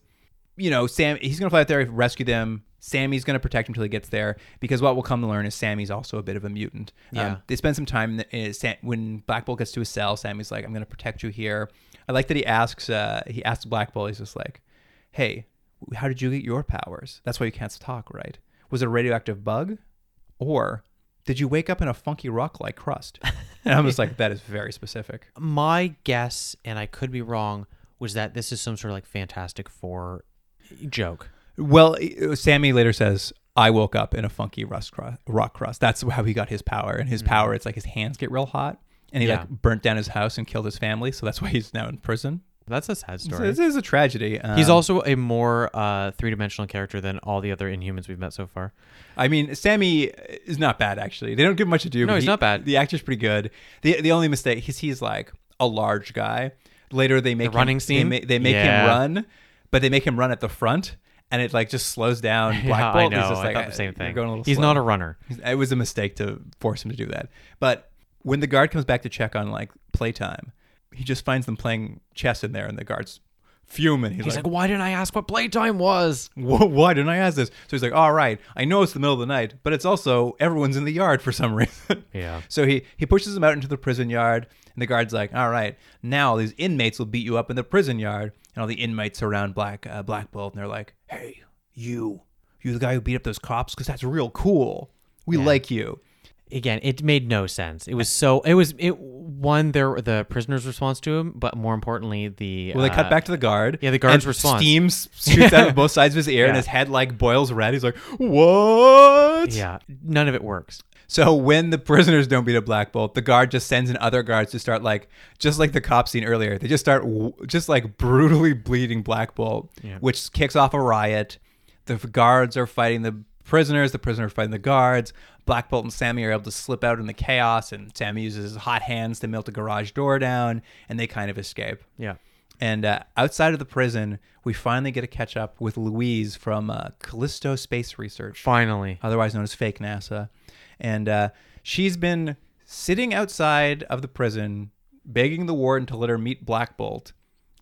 you know, Sam. He's gonna fly out there, rescue them. Sammy's gonna protect him till he gets there because what we'll come to learn is Sammy's also a bit of a mutant. Um, Yeah. they spend some time in the, uh, Sam, when Black Bolt gets to his cell. Sammy's like, "I'm gonna protect you here." I like that he asks. Uh, he asks Black Bolt. He's just like, "Hey, How did you get your powers? That's why you can't talk, right? Was it a radioactive bug? Or did you wake up in a funky rock like crust? And I'm just like, that is very specific. my guess, and I could be wrong, was that this is some sort of like Fantastic Four joke. Well, i- uh, Sammy later says, I woke up in a funky rust cru- rock crust. That's how he got his power. And his power, it's like his hands get real hot. And he Mm. Yeah. like burnt down his house and killed his family. So that's why he's now in prison. That's a sad So story. this is a tragedy. Um, He's also a more uh, three dimensional character than all the other Inhumans we've met so far. I mean, Sammy is not bad actually. They don't give much to do. No, but he's he- not bad. The actor's pretty good. the The only mistake he's he's like a large guy. Later they make running him, scene? They, ma- they make Yeah. him run, but they make him run at the front, and it like just slows down. [laughs] Black yeah, Bolt I know. is just like I thought the "Uh, same you're thing. going a little He's slow." not a runner. It was a mistake to force him to do that. But when the guard comes back to check on like playtime, he just finds them playing chess in there, and the guards fuming. He's, He's like, like, why didn't I ask what playtime was? Wha why didn't I ask this? So he's like, all right, I know it's the middle of the night, but it's also everyone's in the yard for some [laughs] reason. Yeah. So he, he pushes him out into the prison yard, and the guard's like, all right, now all these inmates will beat you up in the prison yard. And all the inmates surround Black, uh, Black Bolt, and they're like, hey, you, you the guy who beat up those cops? Because that's real cool. We like you. Again, it made no sense. It was so. It was it. One, there the prisoner's response to him, but more importantly, the Well, they cut uh, back to the guard. yeah, the guard's and response. [laughs] Steam s- shoots out of both sides of his ear, and Yeah. his head like boils red. He's like, "What?" Yeah, none of it works. So when the prisoners don't beat a black bolt, the guard just sends in other guards to start like just like the cop scene earlier. They just start w- just like brutally bleeding black bolt, which kicks off a riot. The f- guards are fighting the prisoners. The prisoners are fighting the guards. Black Bolt and Sammy are able to slip out in the chaos, and Sammy uses his hot hands to melt a garage door down, and they kind of escape. Yeah. And uh, outside of the prison, we finally get to catch up with Louise from uh, Callisto Space Research Finally, otherwise known as fake NASA. And uh, she's been sitting outside of the prison, begging the warden to let her meet Black Bolt,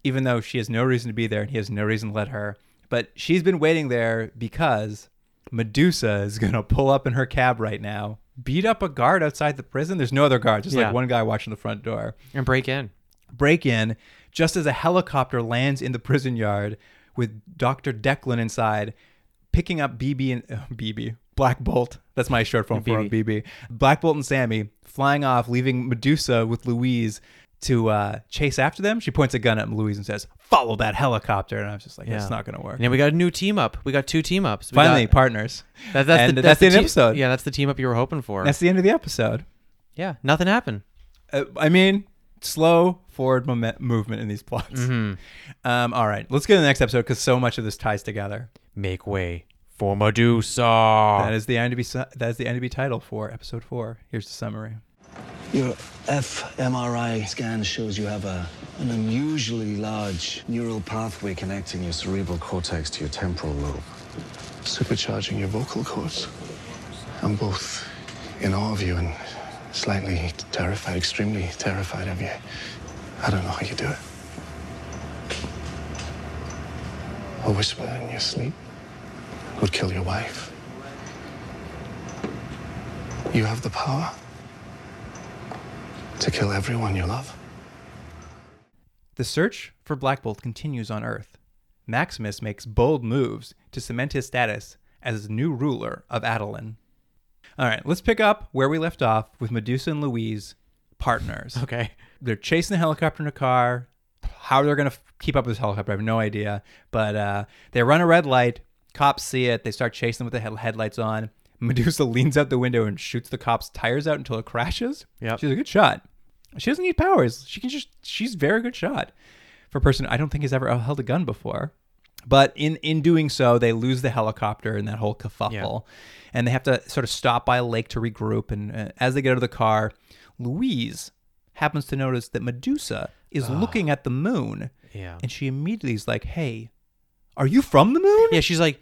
even though she has no reason to be there and he has no reason to let her. But she's been waiting there because Medusa is [laughs] going to pull up in her cab right now, beat up a guard outside the prison. There's no other guard, just Yeah. like one guy watching the front door and break in. break in just as a helicopter lands in the prison yard with Dr. Declan inside, picking up BB and uh, [laughs] BB, Black Bolt. That's my short form for BB. BB. Black Bolt and Sammy flying off, leaving Medusa with Louise to uh, chase after them. She points a gun at Louise and says, Follow that helicopter. And I was just like, That's Yeah. not going to work. And then we got a new team up. We got two team ups. We Finally, got- partners. That, that's and the, that's that's, the the, end team- episode. Yeah, that's the team up you were hoping for. That's the end of the episode. yeah, nothing happened. uh, I mean, slow forward momen- movement in these plots. Um, all right, let's get to the next episode because so much of this ties together. Make way for Medusa. That is the IMDb. su- That is the IMDb title for episode four. Here's the summary. Your fMRI scan shows you have a, an unusually large neural pathway connecting your cerebral cortex to your temporal lobe. supercharging your vocal cords. I'm both in awe of you and slightly terrified, extremely terrified of you. I don't know how you do it. A whisper in your sleep would kill your wife. You have the power to kill everyone you love. The search for Black Bolt continues on Earth. Maximus makes bold moves to cement his status as new ruler of Adelan. All right, let's pick up where we left off with Medusa and Louise, partners. [laughs] okay. they're chasing the helicopter in a car. How they're gonna f- keep up with this helicopter, I have no idea. But uh, they run a red light. Cops see it. They start chasing them with the head- headlights on. Medusa [laughs] leans out the window and shoots the cop's tires out until it crashes. Yep. she's a good shot. She doesn't need powers. She can just. She's a very good shot for a person I don't think has ever held a gun before. But in in doing so, they lose the helicopter and that whole kerfuffle, and they have to sort of stop by a lake to regroup. And uh, as they get out of the car, Louise happens to notice that Medusa is Ah. looking at the moon, Yeah. and she immediately is like, "Hey, are you from the moon?" [laughs] Yeah, she's like,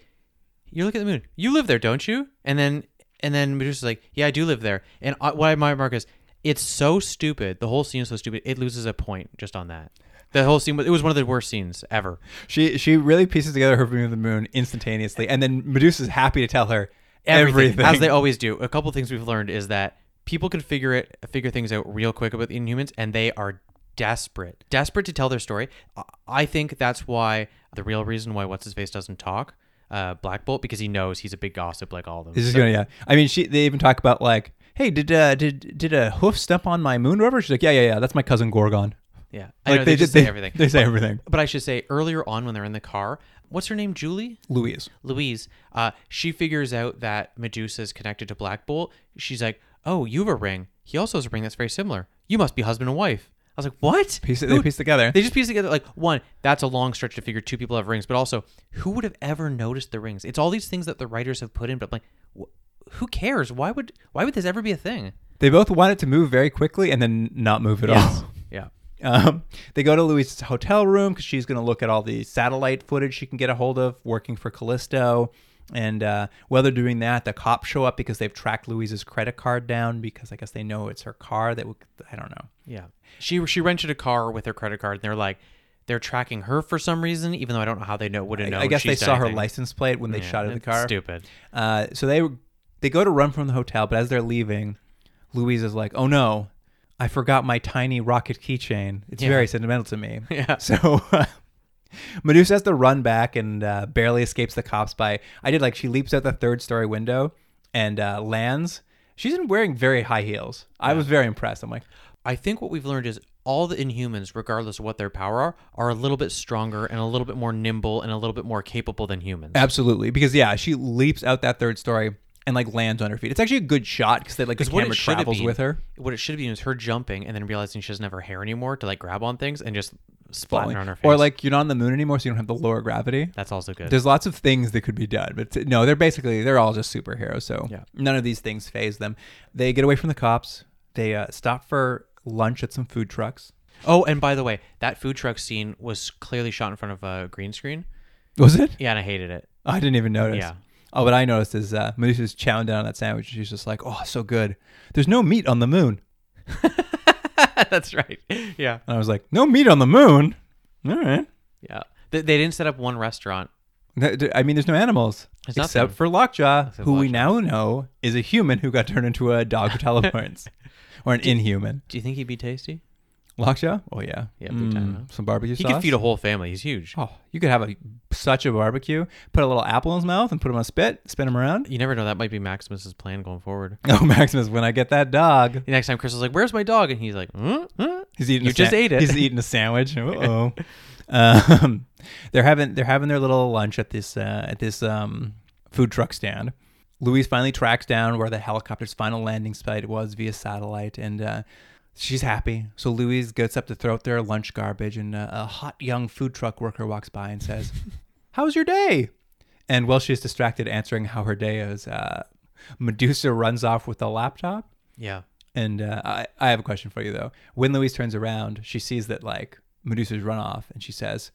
"You look at the moon. You live there, don't you?" And then and then Medusa's like, "Yeah, I do live there." And I, what I might remark is, it's so stupid. The whole scene is so stupid. It loses a point just on that. The whole scene was it was one of the worst scenes ever. She she really pieces together her view of the moon instantaneously, and then Medusa's happy to tell her everything. as they always do. A couple things we've learned is that people can figure it figure things out real quick about the Inhumans, and they are desperate, desperate to tell their story. I- I think that's why the real reason why what's his face doesn't talk, uh, Black Bolt, because he knows he's a big gossip like all of them. This is gonna yeah. I mean, she they even talk about like, hey, did uh, did did a hoof step on my moon rover? She's like, yeah, yeah, yeah. That's my cousin Gorgon. yeah, I Like know, they, did- just say everything. They say everything. But I should say earlier on when they're in the car, what's her name? Julie. Louise. Louise, uh, she figures out that Medusa is connected to Black Bolt. She's like, "Oh, you have a ring. He also has a ring that's very similar. You must be husband and wife." I was like, "What?" Piece it- Who- they piece together. They just piece together like one. That's a long stretch to figure two people have rings, but also, who would have ever noticed the rings? It's all these things that the writers have put in, but I'm like, wh- who cares? Why would why would this ever be a thing? They both want it to move very quickly and then not move at all. [laughs] Yeah. Um, they go to Louise's hotel room because she's going to look at all the satellite footage she can get a hold of working for Callisto. And uh, while they're doing that, the cops show up because they've tracked Louise's credit card down because I guess they know it's her car that, w- I don't know. Yeah. She she rented a car with her credit card, and they're like, they're tracking her for some reason, even though I don't know how they know would have I- known. I guess they she's done saw her anything. license plate when they Yeah, shot at the it's car. Stupid. Uh, so they they go to run from the hotel, but as they're leaving, Louise is like, "Oh no, I forgot my tiny rocket keychain. It's Yeah. very sentimental to me." [laughs] Yeah. So uh, [laughs] Medusa has to run back and uh, barely escapes the cops by. I did like she leaps out the third story window and uh, lands. She's in wearing very high heels. I was very impressed. I'm like, I think what we've learned is all the Inhumans, regardless of what their power are, are a little bit stronger and a little bit more nimble and a little bit more capable than humans. absolutely, because yeah, she leaps out that third story and like lands on her feet. It's actually a good shot because they like the Because what camera it should have travels been, with her. what it should have been is her jumping and then realizing she doesn't have her hair anymore to like grab on things and just splatting falling. on her face. Or like you're not on the moon anymore, so you don't have the lower gravity. that's also good. There's lots of things that could be done, but t- no, they're basically they're all just superheroes. So Yeah. none of these things phase them. They get away from the cops. They uh, stop for lunch at some food trucks. oh, and by the way, that food truck scene was clearly shot in front of a green screen. Was it? Yeah, and I hated it. [laughs] I didn't even notice. Yeah. Oh, what I noticed is uh, Medusa's chowing down on that sandwich. She's just like, "Oh, so good." There's no meat on the moon, that's right. Yeah, and I was like, "No meat on the moon." All right. yeah. They, they didn't set up one restaurant. Th- th- I mean, there's no animals There's except nothing. for Lockjaw, Except who we Lockjaw. now know is a human who got turned into a [laughs] dog with teleports or an inhuman. Do you think he'd be tasty? Lockjaw? Oh yeah, Yeah, big time, huh? Some barbecue He sauce. could feed a whole family. He's huge. oh, you could have a such a barbecue. Put a little apple in his mouth and put him on a spit. Spin him around. You never know. That might be Maximus's plan going forward. [laughs] Oh, Maximus, when I get that dog, The next time Chris is like, "Where's my dog?" and he's like, "Hmm? "Huh? Huh?" he's eating. You a just sa- ate it. He's eating a [laughs] sandwich. Oh, um, they're having they're having their little lunch at this uh, at this um, food truck stand. Louise finally tracks down where the helicopter's final landing site was via satellite, and uh, she's happy. So Louise gets up to throw out their lunch garbage, and uh, a hot young food truck worker walks by and [laughs] says, "How's your day?" And while she's distracted answering how her day is, uh, Medusa runs off with the laptop. Yeah. And uh, I, I have a question for you though. When Louise turns around, she sees that like Medusa's run off, and she says,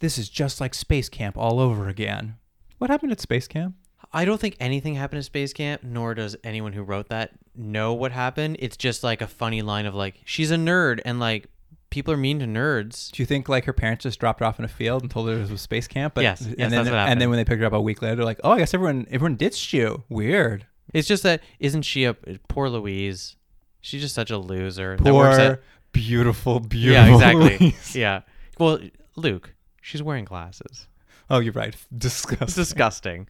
"This is just like space camp all over again." What happened at space camp? I don't think anything happened at space camp, nor does anyone who wrote that know what happened. It's just like a funny line of like, "She's a nerd," and like, people are mean to nerds. Do you think like her parents just dropped her off in a field and told her it was space camp? But, Yes, and yes, then, that's what And then happened. when they picked her up a week later, they're like, "Oh, I guess everyone everyone ditched you. Weird." It's just that isn't she a poor Louise? She's just such a loser. that works at- Poor, beautiful, beautiful. yeah, [laughs] exactly. [laughs] Louise. Yeah. Well, Luke, she's wearing glasses. Oh, you're right. [laughs] It's Disgusting. disgusting.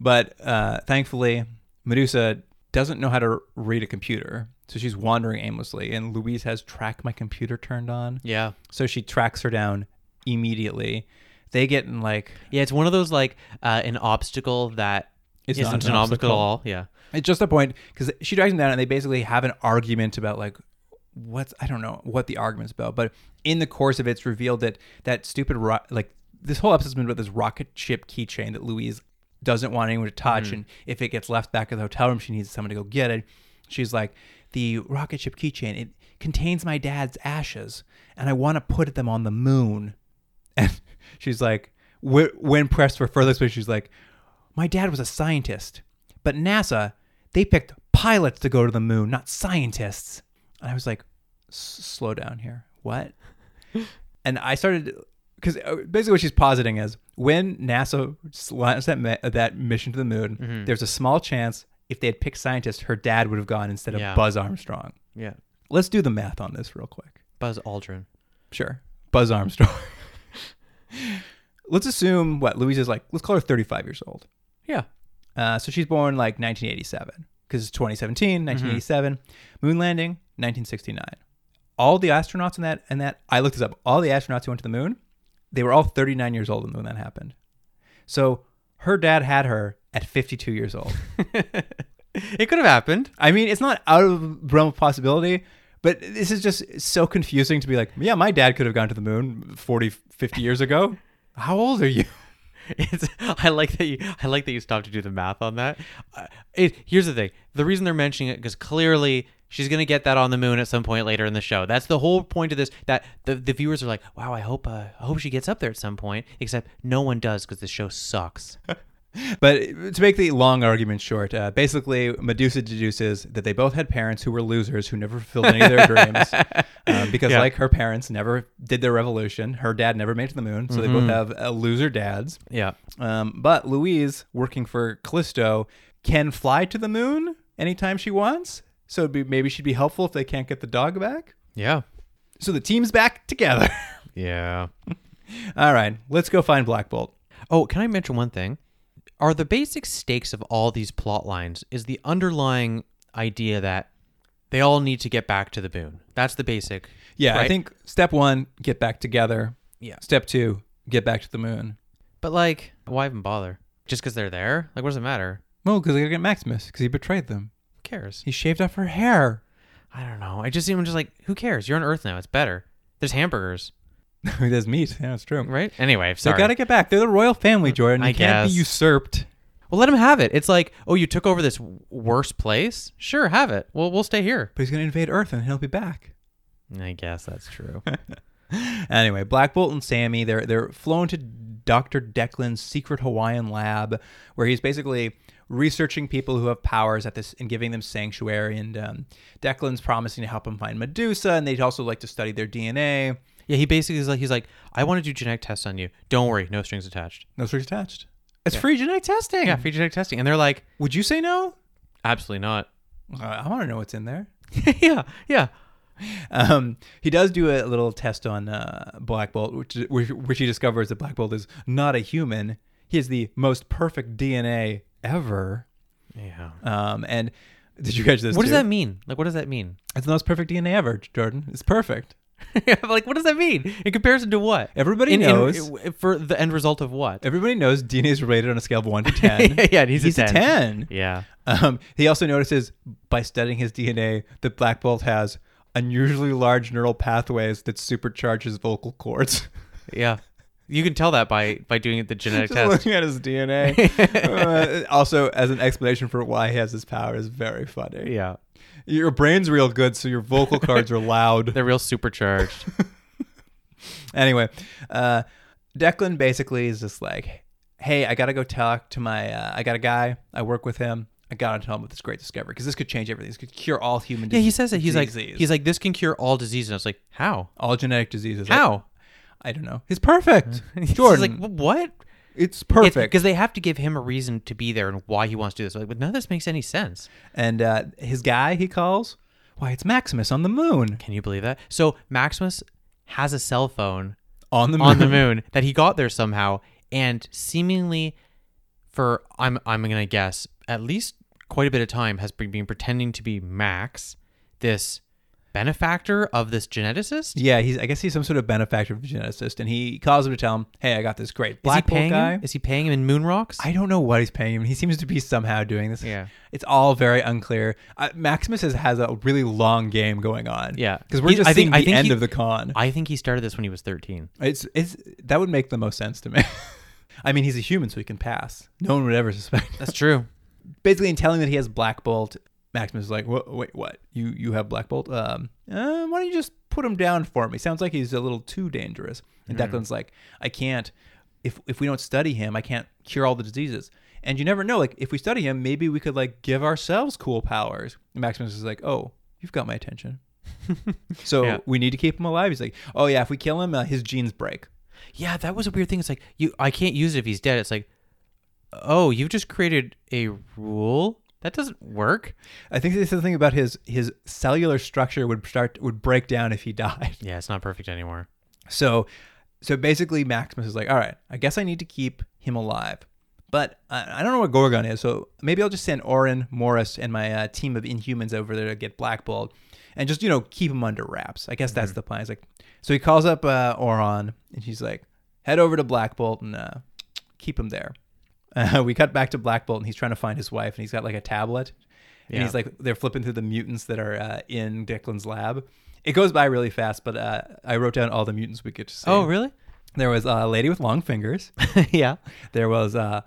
But uh, thankfully, Medusa doesn't know how to read a computer. So she's wandering aimlessly, and Louise has track my computer turned on. Yeah. So she tracks her down immediately. They get in like, Yeah, it's one of those like uh, an obstacle that It's not an, obstacle at all. Yeah. it's just a point because she drags them down, and they basically have an argument about like, what's, I don't know what the argument's about. But in the course of it, it's revealed that that stupid, ro- like, this whole episode's been about this rocket ship keychain that Louise doesn't want anyone to touch. And if it gets left back at the hotel room, she needs someone to go get it. She's like, the rocket ship keychain, it contains my dad's ashes, and I want to put them on the moon. And [laughs] she's like, wh- when pressed for further explanation, she's like, my dad was a scientist, but NASA, they picked pilots to go to the moon, not scientists. And I was like, "S- slow down here. What? [laughs] and I started because basically what she's positing is when NASA launched that mi- that mission to the moon, there's a small chance if they had picked scientists, her dad would have gone instead of Yeah. Buzz Armstrong. Yeah. Let's do the math on this real quick. Buzz Aldrin. Sure. Buzz Armstrong. let's assume what Louise is like. Let's call her 35 years old. Yeah. Uh, so she's born like 1987 because it's 2017, 1987. Moon landing, 1969. All the astronauts in that and that I looked this up. All the astronauts who went to the moon, they were all 39 years old when that happened. So her dad had her at 52 years old. [laughs] It could have happened. I mean, it's not out of realm of possibility, but this is just so confusing to be like, yeah, my dad could have gone to the moon 40, 50 years ago. How old are you? [laughs] It's, I like that you. I like that you stopped to do the math on that. Uh, it, here's the thing: the reason they're mentioning it because clearly she's gonna get that on the moon at some point later in the show. That's the whole point of this. That the, the viewers are like, "Wow, I hope uh, I hope she gets up there at some point." Except no one does because the show sucks. But to make the long argument short, uh, basically, Medusa deduces that they both had parents who were losers who never fulfilled any of their dreams. Um, because, Yeah. like her parents, never did their revolution. Her dad never made it to the moon. So they both have uh, loser dads. yeah, Um, but Louise, working for Callisto, can fly to the moon anytime she wants. So it'd be, maybe she'd be helpful if they can't get the dog back. yeah, So the team's back together. [laughs] yeah. All right, let's go find Black Bolt. Oh, can I mention one thing? Are the basic stakes of all these plot lines is the underlying idea that they all need to get back to the moon. That's the basic. Yeah, I right? think step one, get back together. Yeah. Step two, get back to the moon. But like, why even bother? Just because they're there? Like, what does it matter? Well, because they gotta get Maximus, because he betrayed them. Who cares? He shaved off her hair. [laughs] I don't know. I just even just like, who cares? You're on Earth now. It's better. There's hamburgers, he does meat. Yeah, that's true. right? Anyway, So sorry. Uh, gotta get back. They're the royal family, Jordan. I You can't be guess. usurped. well, let them have it. It's like, oh, you took over this w- worse place. Sure, have it. Well, we'll stay here. But he's gonna invade Earth and he'll be back. I guess that's [laughs] true. Anyway, Black Bolt and Sammy, they're they're flown to Dr. Declan's secret Hawaiian lab, where he's basically researching people who have powers at this and giving them sanctuary. And um, Declan's promising to help him find Medusa, and they'd also like to study their DNA. yeah, he basically is like, he's like, I want to do genetic tests on you. Don't worry, no strings attached. No strings attached. It's free genetic testing. Yeah, free genetic testing, and they're like, Would you say no? absolutely not. Uh, I want to know what's in there. [laughs] yeah, yeah. Um, he does do a little test on uh, Black Bolt, which, which which he discovers that Black Bolt is not a human. He has the most perfect DNA ever. Yeah. Um, and did you catch this? What does too? that mean? Like, what does that mean? [laughs] It's the most perfect DNA ever, Jordan. It's perfect. like, what does that mean in comparison to what? Everybody In- in- knows. for the end result of what? Everybody knows DNA is rated on a scale of one to ten. [laughs] yeah, and he's, he's a a 10. 10. Yeah. Um, he also notices by studying his DNA that Black Bolt has unusually large neural pathways that supercharge his vocal cords. [laughs] Yeah. You can tell that by by doing the genetic [laughs] Just test. looking at his [laughs] DNA. Uh, also, as an explanation for why he has this power, is very funny. Yeah. Your brain's real good, so your vocal cords are loud. They're real supercharged. anyway, uh, Declan basically is just like, "Hey, I gotta go talk to my. Uh, I got a guy. I work with him. I gotta tell him about this great discovery because this could change everything. This could cure all human. yeah, [laughs] he dis- says it. He's like disease. he's like this can cure all disease and I was like, "How? all genetic diseases. Like, How?" I don't know. He's perfect, [laughs] He's Jordan. like, "Wh- "What?" it's perfect. Because they have to give him a reason to be there and why he wants to do this. Like, but none of this makes any sense. and uh, his guy, he calls. Why, it's Maximus on the moon. Can you believe that? So Maximus has a cell phone On [laughs] the moon. on the moon that he got there somehow and seemingly for I'm I'm going to guess at least quite a bit of time has been, been pretending to be Max this benefactor of this geneticist. Yeah, he's. I guess he's some sort of benefactor of a geneticist, and he calls him to tell him, "Hey, I got this great Is he black Bolt paying guy." him? Is he paying him in moon rocks? I don't know what he's paying him. He seems to be somehow doing this. Yeah. it's all very unclear. Uh, Maximus has, has a really long game going on. Yeah. because we're He- just I think- seeing I the think end he- of the con. I think he started this when he was 13. it's it's that would make the most sense to me. [laughs] I mean, he's a human, so he can pass. No one would ever suspect. That's true. Basically, in telling that he has Black Bolt, Maximus is like, "Wha- "Wait, what? You you have Black Bolt? Um, uh, why don't you just put him down for me? Sounds like he's a little too dangerous." And Declan's like, "I can't. If if we don't study him, I can't cure all the diseases." And you never know. Like, if we study him, maybe we could like give ourselves cool powers. And Maximus is like, "Oh, you've got my attention." so Yeah. we need to keep him alive. He's like, "Oh yeah, if we kill him, uh, his genes break." Yeah, that was a weird thing. It's like you I can't use it if he's dead. It's like oh, you've just created a rule That doesn't work. I think this is the thing about his his cellular structure would start would break down if he [laughs] died. Yeah, it's not perfect anymore. So, so basically, Maximus is like, all right, I guess I need to keep him alive. But I, I don't know what Gorgon is, so maybe I'll just send Orin, Morris, and my uh, team of Inhumans over there to get blackballed, and just you know keep him under wraps. I guess that's the plan. He's like, so he calls up uh, Oron, and she's like, head over to Black Bolt and uh, keep him there. Uh, [laughs] we cut back to Black Bolt, and he's trying to find his wife, and he's got like a tablet, and Yeah. he's like, they're flipping through the mutants that are uh, in Declan's lab. It goes by really fast, but uh, I wrote down all the mutants we get to see. [laughs] Oh, really? There was a lady with [laughs] long fingers. yeah. there was a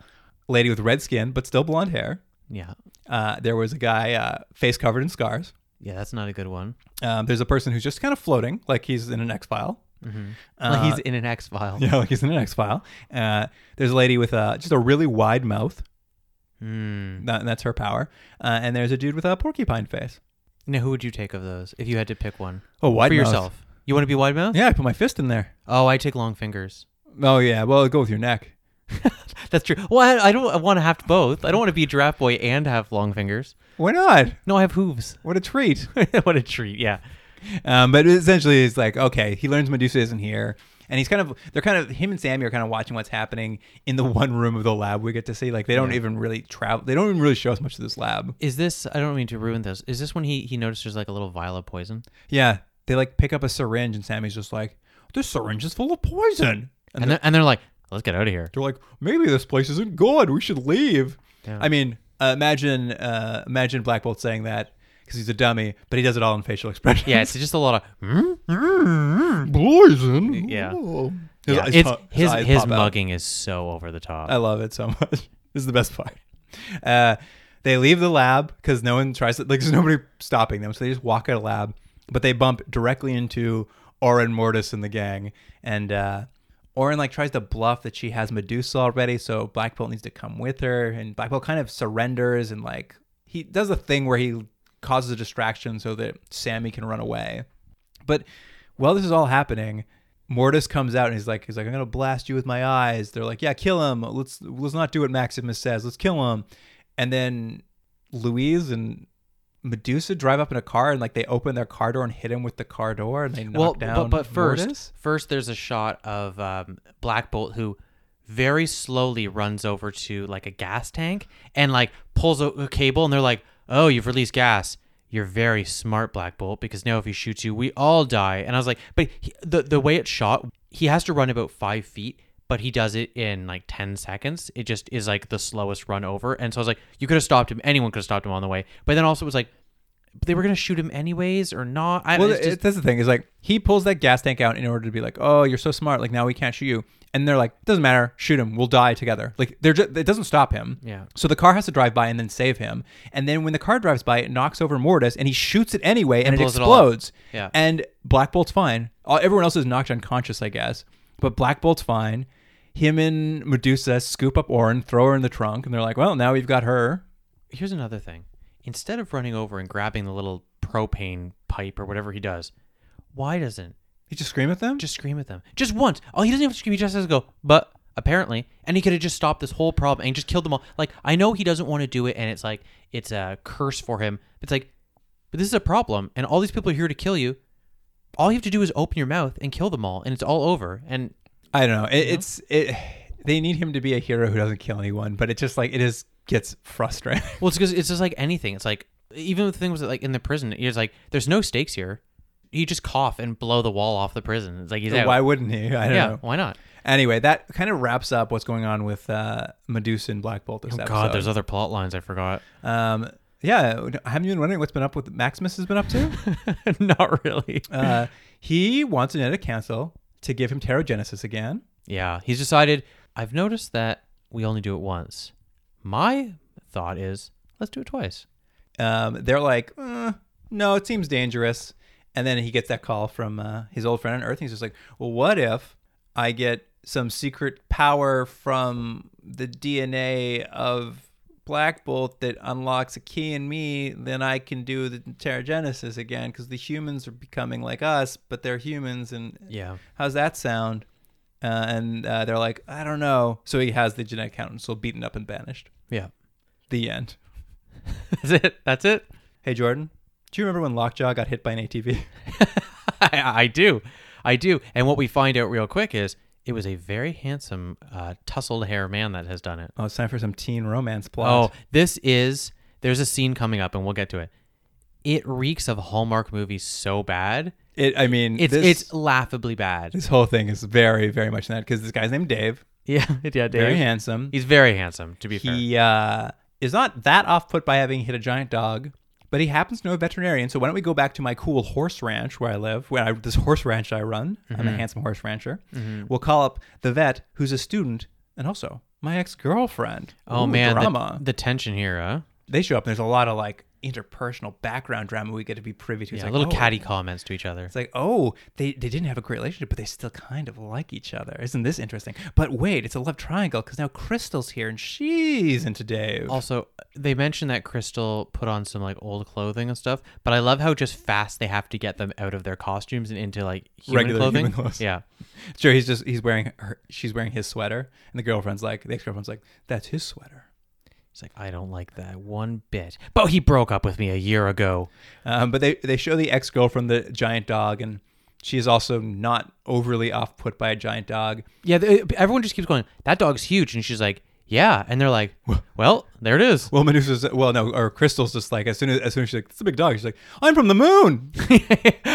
lady with red skin, but still blonde hair. Yeah. Uh, there was a guy uh, face covered in scars. Yeah, that's not a good one. Um, there's a person who's just kind of floating, like he's in an X file. Uh, Well, Mm-hmm. he's in an X file. [laughs] Yeah, like he's in an X file. Uh, there's a lady with uh, just a really wide mouth. Hmm. That, that's her power. Uh, and there's a dude with a porcupine face. Now, who would you take of those if you had to pick one? Oh, wide For mouth. yourself. You want to be wide mouth? Yeah, I put my fist in there. Oh, I take long fingers. Oh yeah, well go with your neck. That's true. Well, I, I don't want to have both. I don't want to be giraffe boy and have long fingers. Why not? No, I have hooves. [laughs] What a treat. what a treat. Yeah. Um, but essentially, it's like okay, he learns Medusa isn't here, and he's kind of they're kind of him and Sammy are kind of watching what's happening in the [laughs] one room of the lab we get to see. Like they don't even really travel. They don't even really show us much of this lab. Is this, I don't mean to ruin this. Is this when he, he noticed there's like a little vial of poison? Yeah, they like pick up a syringe, and Sammy's just like, "This syringe is full of poison." And And, they're, and they're like, let's get out of here. they're like, "Maybe this place isn't good. We should leave." I mean, uh, imagine uh, imagine Black Bolt saying that because he's a dummy, but he does it all in facial expressions. [laughs] Yeah, it's just a lot of, hmm? poison. Yeah. Ooh. His Yeah, eyes it's, pop- his, eyes his, pop out. mugging is so over the top. I love it so [laughs] much. this is the best part. Uh, they leave the lab because no one tries to, like, there's nobody stopping them. So they just walk out of lab, but they bump directly into Orin Mortis and the gang. And uh, Orin, like, tries to bluff that she has Medusa already. So Black Bolt needs to come with her. And Black Bolt kind of surrenders and, like, he does a thing where he causes a distraction so that Sammy can run away. But while this is all happening, Mortis comes out and he's like, he's like, I'm gonna blast you with my eyes. They're like, yeah, kill him. Let's let's not do what Maximus says. Let's kill him. And then Louise and Medusa drive up in a car and like they open their car door and hit him with the car door and they knock well, down. but, but first, Mortis. first there's a shot of um, Black Bolt who very slowly runs over to like a gas tank and like pulls a, a cable, and they're like, "Oh, you've released gas." You're very smart, Black Bolt, because now if he shoots you, we all die. And I was like, but he, the the way it's shot, he has to run about five feet, but he does it in like ten seconds. It just is like the slowest run over. And so I was like, you could have stopped him. Anyone could have stopped him on the way. But then also it was like, they were gonna shoot him anyways or not. I, well, it's just- it- that's the thing is like he pulls that gas tank out in order to be like, oh, you're so smart. Like now we can't shoot you. And they're like, doesn't matter. Shoot him. We'll die together. Like they're just, it doesn't stop him. Yeah. So the car has to drive by and then save him. And then when the car drives by, it knocks over Mortis and he shoots it anyway and, it blows it all up. explodes. Yeah. And Black Bolt's fine. All, everyone else is knocked unconscious, I guess. But Black Bolt's fine. Him and Medusa scoop up Orin, throw her in the trunk, and they're like, well, now we've got her. here's another thing. Instead of running over and grabbing the little propane pipe or whatever he does, why doesn't He just scream at them. just scream at them? Just once. Oh, he doesn't have to scream. He just has to go. But apparently, and he could have just stopped this whole problem and just killed them all. Like I know he doesn't want to do it, and it's like it's a curse for him. It's like, but this is a problem, and all these people are here to kill you. All you have to do is open your mouth and kill them all, and it's all over. And I don't know. It, It's it. They need him to be a hero who doesn't kill anyone, but it just like it is gets frustrating. [laughs] Well, it's because it's just like anything. It's like even the thing was like in the prison. It's like there's no stakes here. You just cough and blow the wall off the prison. It's like he's out. Why wouldn't he? I don't yeah, know. why not? Anyway, that kind of wraps up what's going on with uh, Medusa and Black Bolt. This Oh, God, episode. there's other plot lines I [laughs] forgot. um, yeah. Haven't you been wondering what's been up with Maximus has been up [laughs] to? not really. uh, he wants Annette to cancel to give him pterogenesis again. yeah, he's decided. I've noticed that we only do it once. My thought is let's do it twice. Um, they're like, "Uh, no, it seems dangerous. And then he gets that call from uh, his old friend on Earth. And he's just like, well, what if I get some secret power from the DNA of Black Bolt that unlocks a key in me? Then I can do the pterogenesis again because the humans are becoming like us, but they're humans. And Yeah. how's that sound? Uh, and uh, they're like, I don't know. So he has the genetic council beaten up and banished. Yeah. The end. [laughs] That's it. That's it. [laughs] Hey, Jordan, do you remember when Lockjaw got hit by an [laughs] ATV? I, I do. I do. And what we find out real quick is it was a very handsome, uh, tousled hair man that has done it. Oh, it's time for some teen romance Oh, plot. this is. There's a scene coming up, and we'll get to it. It reeks of Hallmark movies so bad. it. I mean, It's this, it's laughably bad. [laughs] this whole thing is very, very much that because this guy's named Dave, Yeah, yeah, Dave. very handsome. He's very handsome. To be fair, he uh, is not that off put by having hit a giant dog, but he happens to know a veterinarian. So why don't we go back to my cool horse ranch where I live, where I, this horse ranch I run. I'm a handsome horse rancher. We'll call up the vet, who's a student and also my ex girlfriend. oh man, the- drama. The, tension here, huh? they show up and there's a lot of like interpersonal background drama we get to be privy to. It's Yeah, like, little oh. catty comments to each other. It's like, oh, they, they didn't have a great relationship, but they still kind of like each other. Isn't this interesting? But wait, it's a love triangle because now Crystal's here and she's into Dave. Also, they mentioned that Crystal put on some like old clothing and stuff, but I love how just fast they have to get them out of their costumes and into like human Regular clothing. human clothes. Yeah. Sure, he's just he's wearing her, she's wearing his sweater, and the girlfriend's like, the ex girlfriend's like, that's his sweater. It's like I don't like that one bit. But he broke up with me a year ago. Um, but they they show the ex girlfriend the giant dog, and she is also not overly off put by a giant dog. Yeah, th- everyone just keeps going. That dog's huge, and she's like, "Yeah," and they're like, "Well, there it is." Well, Medusa's well, no, or Crystal's just like as soon as as soon as she's like, it's a big dog. She's like, I'm from the moon. [laughs]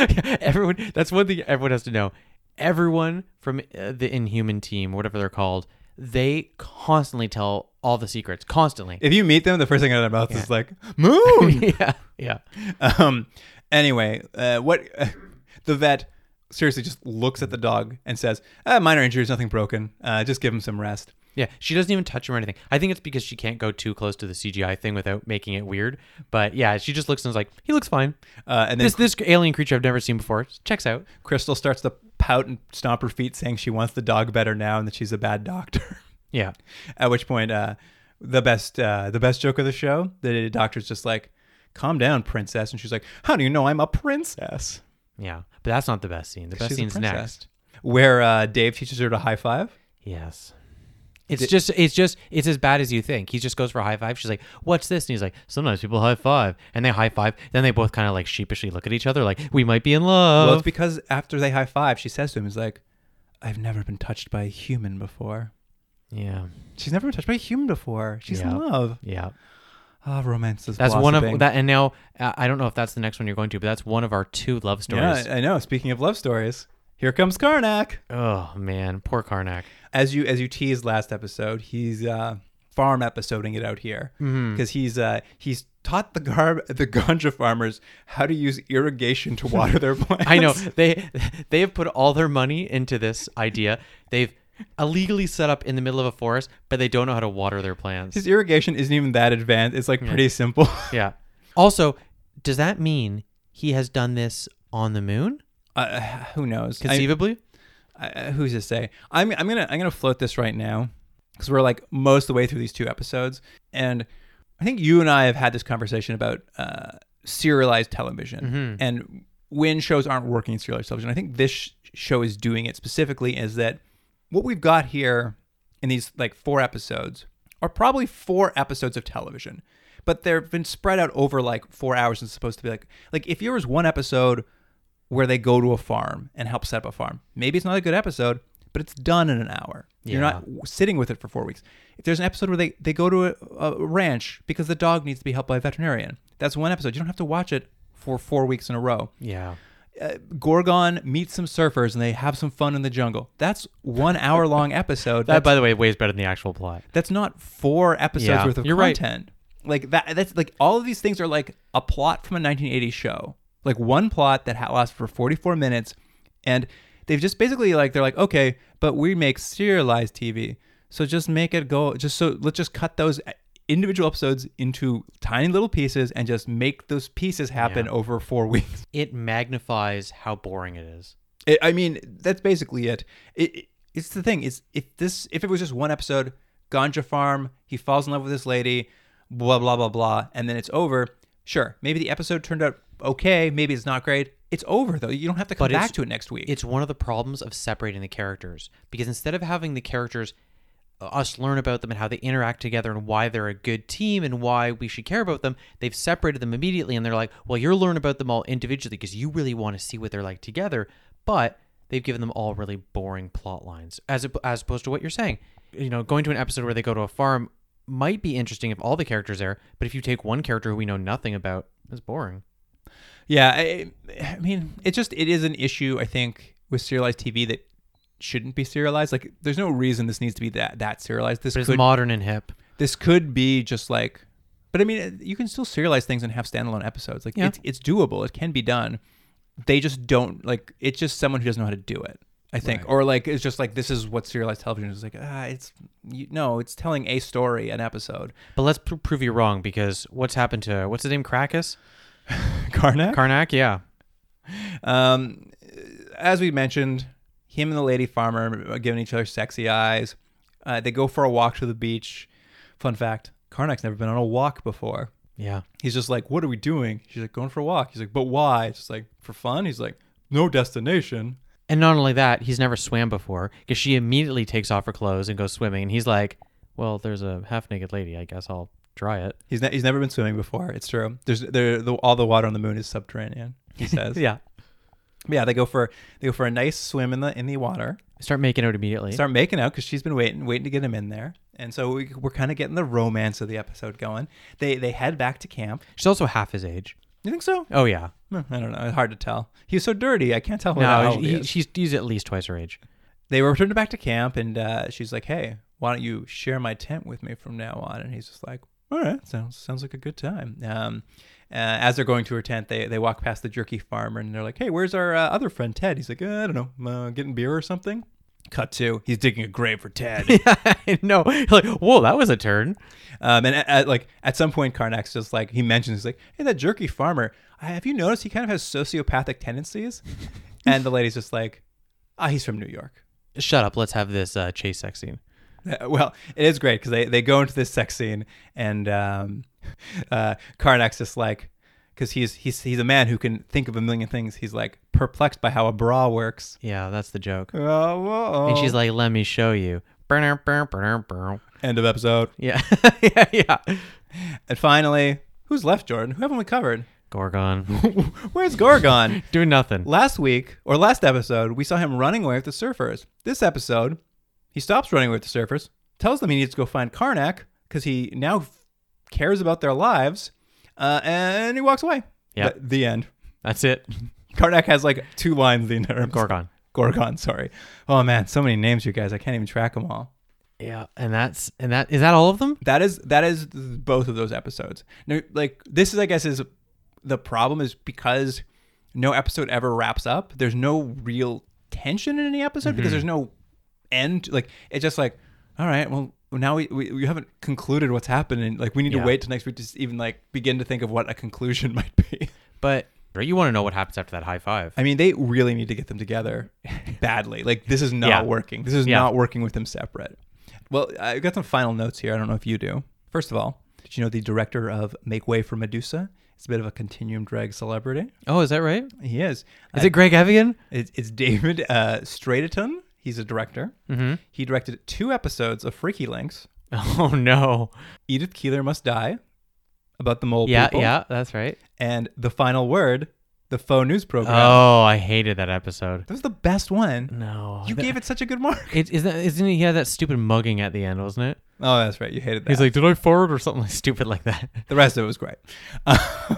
everyone. That's one thing everyone has to know. Everyone from uh, the Inhuman team, whatever they're called, they constantly tell all the secrets. Constantly. if you meet them, the first thing out of their mouth is like, moon. yeah. [laughs] Yeah. um, anyway, uh, what [laughs] the vet seriously just looks at the dog and says, uh, minor injuries, nothing broken. Uh, just give him some rest. Yeah, she doesn't even touch him or anything. I think it's because she can't go too close to the CGI thing without making it weird. But yeah, she just looks and is like, "He looks fine." Uh, and [laughs] then This this alien creature I've never seen before checks out. Crystal starts to pout and stomp her feet, saying she wants the dog better now and that she's a bad doctor. [laughs] Yeah, At which point, uh, the best uh, the best joke of the show, the doctor's just like, "Calm down, princess," and she's like, "How do you know I'm a princess?" yeah, but that's not the best scene. The best She's a scene's princess. next. where uh, Dave teaches her to high five. Yes, it's just it's just it's as bad as you think. He just goes for a high five. She's like, "What's this?" And he's like, "Sometimes people high five, and they high five. Then they both kind of like sheepishly look at each other, like we might be in love. Well, it's because after they high five, she says to him, "Is like, I've never been touched by a human before." yeah, She's never been touched by a human before. She's Yeah. in love. yeah. Ah, romance is That's one blossoming. of that, and now uh, I don't know if that's the next one you're going to, but that's one of our two love stories. Yeah, I I know. Speaking of love stories, here comes Karnak. Oh man, poor Karnak. as you as you teased last episode, he's uh, farm episoding it out here Mm-hmm. because he's uh, he's taught the gar- the ganja farmers how to use irrigation to water their [laughs] plants. I [laughs] know they they have put all their money into this idea. They've illegally set up in the middle of a forest, but they don't know how to water their plants. his irrigation isn't even that advanced. It's like pretty simple. [laughs] Yeah. Also, does that mean he has done this on the moon? Uh, who knows? I- Conceivably? uh, who's to say? I'm I'm gonna I'm gonna float this right now because we're like most of the way through these two episodes, and I think you and I have had this conversation about uh, serialized television and when shows aren't working in serialized television. I think this sh- show is doing it specifically is that what we've got here in these like four episodes are probably four episodes of television, but they've been spread out over like four hours and supposed to be like like if there was one episode where they go to a farm and help set up a farm. Maybe it's not a good episode, but it's done in an hour. You're Yeah. not w- sitting with it for four weeks. If there's an episode where they, they go to a, a ranch because the dog needs to be helped by a veterinarian, that's one episode. You don't have to watch it for four weeks in a row. Yeah. Gorgon meets some surfers and they have some fun in the jungle. That's one hour long episode. That, That's, by the way, weighs better than the actual plot. that's not four episodes Yeah, worth of you're right. content. Like that. That's like all of these things are like a plot from a 1980s show. Like one plot that ha- lasts for 44 minutes, and they've just basically like they're like, okay, but we make serialized TV, so just make it go. Just so let's just cut those uh, individual episodes into tiny little pieces and just make those pieces happen over four [laughs] weeks. It magnifies how boring it is. I I mean, that's basically it. It, it. It's the thing. It's if this if it was just one episode, ganja farm, he falls in love with this lady, blah blah blah blah, and then it's over. Sure, maybe the episode turned out okay. Maybe it's not great. It's over though. You don't have to come But it's- back to it next week. it's one of the problems of separating the characters because instead of having the characters us learn about them and how they interact together and why they're a good team and why we should care about them, they've separated them immediately and they're like, well, you're learning about them all individually because you really want to see what they're like together. But they've given them all really boring plot lines as, op- as opposed to what you're saying. You know, going to an episode where they go to a farm might be interesting if all the characters are there, but if you take one character who we know nothing about, it's boring. Yeah, I, I mean, it just it is an issue I think with serialized TV that shouldn't be serialized. Like, there's no reason this needs to be that that serialized. This But it's could modern and hip. this could be just like, but I mean, you can still serialize things and have standalone episodes. Like, Yeah. it's it's doable. It can be done. They just don't like. It's just someone who doesn't know how to do it. I think, or like it's just like this is what serialized television is like. Ah, it's you, no, it's telling a story, an episode. But let's pr- prove you wrong because what's happened to what's his name, Krakus, Karnak. Karnak? Yeah, Um, as we mentioned, him and the lady farmer are giving each other sexy eyes. Uh, they go for a walk to the beach. Fun fact: Karnak's never been on a walk before. yeah. He's just like, "What are we doing?" She's like, "Going for a walk." He's like, "But why?" It's just like for fun. He's like, "No destination." And not only that, he's never swam before because she immediately takes off her clothes and goes swimming, and he's like, "Well, there's a half-naked lady. I guess I'll try it." He's ne- he's never been swimming before. It's true. There's there the, all the water on the moon is subterranean. [laughs] He [laughs] says, Yeah, But yeah." They go for they go for a nice swim in the in the water. start making out immediately. start making out because she's been waiting, waiting to get him in there. And so we, we're kind of getting the romance of the episode going. They they head back to camp. She's also half his age. You think so? Oh yeah, Hmm, I don't know. It's hard to tell. He's so dirty. I can't tell what how no, old he he, is. she's he's at least twice her age. [laughs] They return back to camp, and uh, she's like, "Hey, why don't you share my tent with me from now on?" And he's just like, "All right, sounds sounds like a good time." Um, uh, as they're going to her tent, they they walk past the jerky farmer, and they're like, "Hey, where's our uh, other friend Ted?" He's like, uh, "I don't know, uh, getting beer or something." Cut to he's digging a grave for Ted. no, like whoa, that was a turn. Um, and at, at, like at some point, Karnak's just like he mentions, he's like, "Hey, that jerky farmer. I- Have you noticed he kind of has sociopathic tendencies?" and the lady's just like, "Ah, he's from New York." Shut up. Let's have this uh, chase sex scene. Uh, [laughs] Well, it is great because they, they go into this sex scene, and um, [laughs] uh, Karnak's just like, because he's he's he's a man who can think of a million things. He's like perplexed by how a bra works. Yeah, that's the joke. Oh, whoa. And she's like, "Let me show you." Yeah, end of episode. yeah, [laughs] yeah. And finally, who's left, Jordan? Who haven't we covered? Gorgon [laughs] Where's Gorgon? doing nothing. Last week or last episode, we saw him running away with the surfers. This episode, he stops running away with the surfers, tells them he needs to go find Karnak because he now f- cares about their lives, uh, and he walks away. Yeah. Th- the end. That's it. Karnak has like two lines the entire episode. Gorgon. Gorgon, sorry. Oh man, so many names, you guys. I can't even track them all. Yeah, and that's and that is that all of them? That is that is th- both of those episodes. Now, like this is I guess is the problem is because no episode ever wraps up. There's no real tension in any episode because there's no end. Like it's just like, all right, well now we, we, we haven't concluded what's happening. Like we need Yeah. to wait till next week to s- even like begin to think of what a conclusion [laughs] might be. But you want to know what happens after that high five. I mean, they really need to get them together [laughs] badly. Like this is not Yeah. working. This is Yeah. not working with them separate. Well, I've got some final notes here. I don't know if you do. First of all, did you know the director of Make Way for Medusa? It's a bit of a continuum drag celebrity. Oh, is that right? He is. Is it Greg Evigan? It's, it's David uh, Straighton. He's a director. Mm-hmm. He directed two episodes of Freaky Links, [laughs] Oh no. Edith Keeler Must Die, about the mole Yeah, people, yeah, that's right. and The Final Word, the faux news program. Oh, I hated that episode. That was the best one. No. You that, gave it such a good mark. it isn't isn't he had that stupid mugging at the end, wasn't it? Oh, that's right. You hated that. He's like, "Did I forward or something [laughs] like stupid like that?" The rest of it was great. [laughs]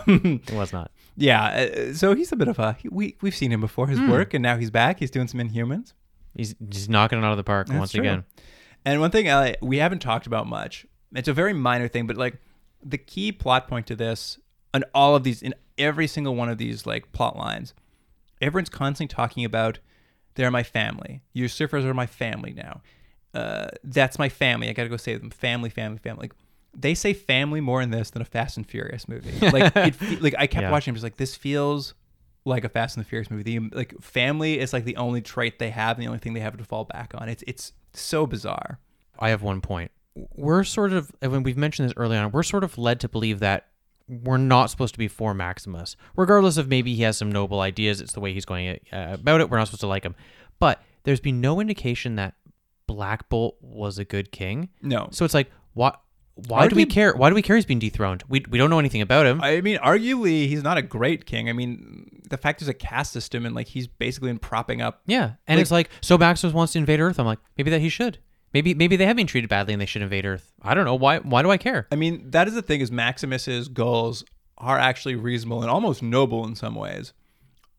Um, It was not. yeah, uh, so he's a bit of a he- we we've seen him before Hmm. his work, and now he's back. He's doing some Inhumans. He's just knocking it out of the park That's once true. again. And one thing uh, we haven't talked about much. It's a very minor thing, but like the key plot point to this, on all of these, in every single one of these like plot lines, everyone's constantly talking about they're my family. Your surfers are my family now. Uh, that's my family. I gotta go save them. Family, family, family. Like, they say family more in this than a Fast and Furious movie. Like, it, fe- like I kept Yeah. watching. I'm just like, this feels like a Fast and the Furious movie. The like family is like the only trait they have and the only thing they have to fall back on. It's it's so bizarre. I have one point. We're sort of, and when we've mentioned this early on, we're sort of led to believe that we're not supposed to be for Maximus, regardless of maybe he has some noble ideas. It's the way he's going uh, about it. We're not supposed to like him, but there's been no indication that Black Bolt was a good king. No. So it's like why why do we Arguably- care? Why do we care he's being dethroned? We we don't know anything about him. I mean, arguably, he's not a great king. I mean, the fact there's a caste system and like he's basically been propping up. yeah, and it's like so Baxter wants to invade Earth. I'm like maybe that he should. Maybe maybe they have been treated badly and they should invade Earth. I don't know why. Why do I care? I mean, that is the thing is Maximus's goals are actually reasonable and almost noble in some ways,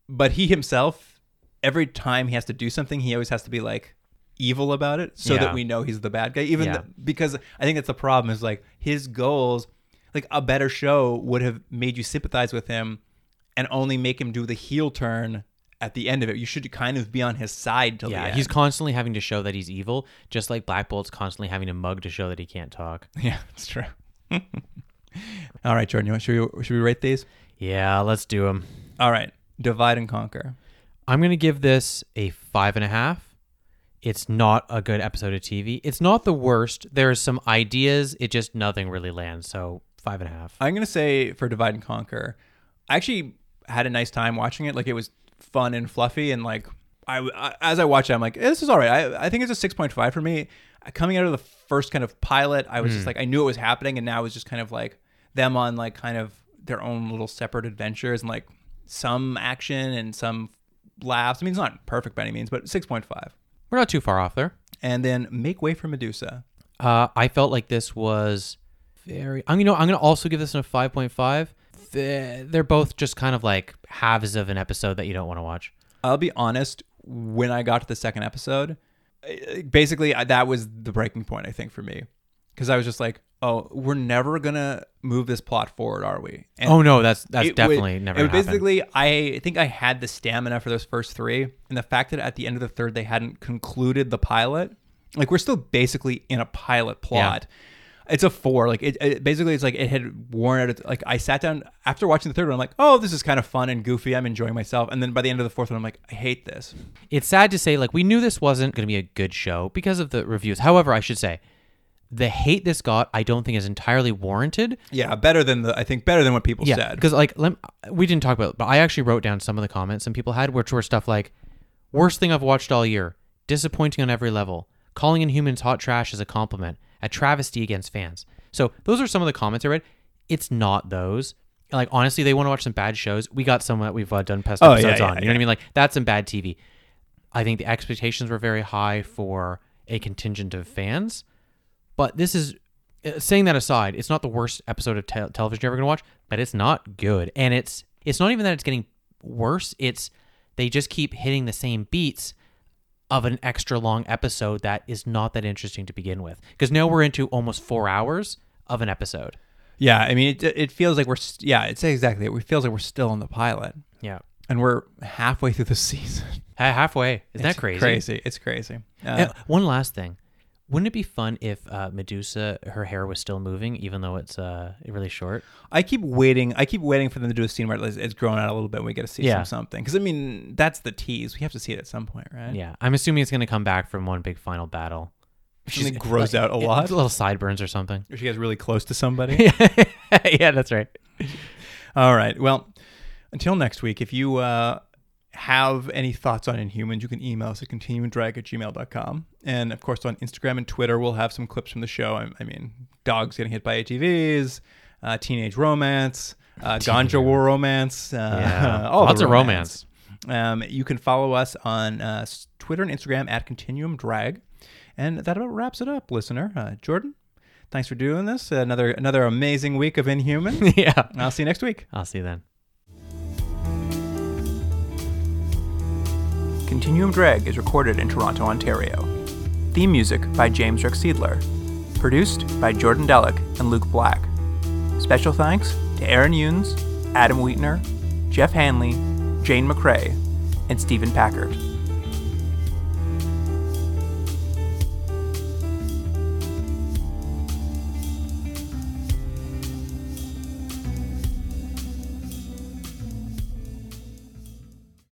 but he himself, every time he has to do something, he always has to be like evil about it, so Yeah. that we know he's the bad guy. Even Yeah. th- because I think that's the problem is like his goals, like a better show would have made you sympathize with him, and only make him do the heel turn at the end of it. You should kind of be on his side till the Yeah, end. he's constantly having to show that he's evil, just like Black Bolt's constantly having to mug to show that he can't talk. [laughs] Yeah, that's true. [laughs] All right, Jordan, you want, should we should we rate these? Yeah, let's do him. All right, divide and conquer. I'm gonna give this a five and a half. It's not a good episode of TV. It's not the worst. There's some ideas. It just nothing really lands. So five and a half. I'm gonna say for divide and conquer, I actually had a nice time watching it. Like it was fun and fluffy, and like I, I- as I watched it, I'm like, eh, this is all right. I, I think it's a 6.5 for me. Coming out of the first kind of pilot, I was just like, I knew it was happening, and now it was just kind of like them on like kind of their own little separate adventures and like some action and some laughs. I mean, it's not perfect by any means, but 6.5. We're not too far off there. And then make way for Medusa. Uh, I felt like this was very. I'm you know I'm gonna also give this a 5.5. Th- They're both just kind of like halves of an episode that you don't want to watch. I'll be honest. When I got to the second episode, I- basically I, that was the breaking point I think for me, because I was just like, "Oh, we're never gonna move this plot forward, are we?" And Oh no, that's that's it would- definitely never. it gonna would happen. basically, I think I had the stamina for those first three, and the fact that at the end of the third they hadn't concluded the pilot, like we're still basically in a pilot plot. It's a four. Like it, it basically, it's like it had worn out. It's Like I sat down after watching the third one. I'm like, oh, this is kind of fun and goofy. I'm enjoying myself. And then by the end of the fourth one, I'm like, I hate this. it's sad to say like we knew this wasn't going to be a good show because of the reviews however i should say the hate this got i don't think is entirely warranted Yeah, better than the I think better than what people yeah said. because like lem- we didn't talk about it but i actually wrote down some of the comments some people had which were stuff like worst thing i've watched all year disappointing on every level calling inhumans hot trash is a compliment a travesty against fans so those are some of the comments i read it's not those like honestly they want to watch some bad shows we got some that we've uh, done past Oh, yeah, episodes yeah, on you know what i mean like that's some bad tv I think the expectations were very high for a contingent of fans. But this is uh, saying that aside, it's not the worst episode of te- television you're ever going to watch, but it's not good. And it's it's not even that it's getting worse, it's they just keep hitting the same beats of an extra long episode that is not that interesting to begin with. Cuz now we're into almost 4 hours of an episode. yeah, I mean, it, it feels like we're st- yeah, it's exactly it. It feels like we're still on the pilot, Yeah. and we're halfway through the [laughs] season. Halfway. Isn't that It's crazy? Crazy. It's crazy. Uh, Uh, one last thing. Wouldn't it be fun if uh, Medusa, her hair was still moving, even though it's uh, really short? I keep waiting. I keep waiting for them to do a scene where it's, it's grown out a little bit. and We get to see Yeah. some something because I mean that's the tease. We have to see it at some point, right? Yeah, I'm assuming it's going to come back from one big final battle. Something grows out a It- lot. little sideburns or something. [laughs] Or she gets really close to somebody. yeah, that's right. [laughs] All right. Well, until next week, if you uh, have any thoughts on Inhumans, you can email us at continuumdrag at gmail.com. And of course, on Instagram and Twitter, we'll have some clips from the show. I, I mean, dogs getting hit by ATVs, uh, teenage romance, [laughs] uh, ganja war romance. Uh, Yeah. [laughs] all the Lots of romance. Um, you can follow us on uh, s- Twitter and Instagram at Continuum Drag. And that about wraps it up, listener. Uh, Jordan, thanks for doing this. Another another amazing week of [laughs] Inhuman. yeah, And I'll see you next week. I'll see you then. Continuum Drag is recorded in Toronto, Ontario. Theme music by James Rick Seidler. Produced by Jordan Delic and Luke Black. Special thanks to Aaron Yunes, Adam Wheatner, Jeff Hanley, Jane McRae, and Stephen Packard.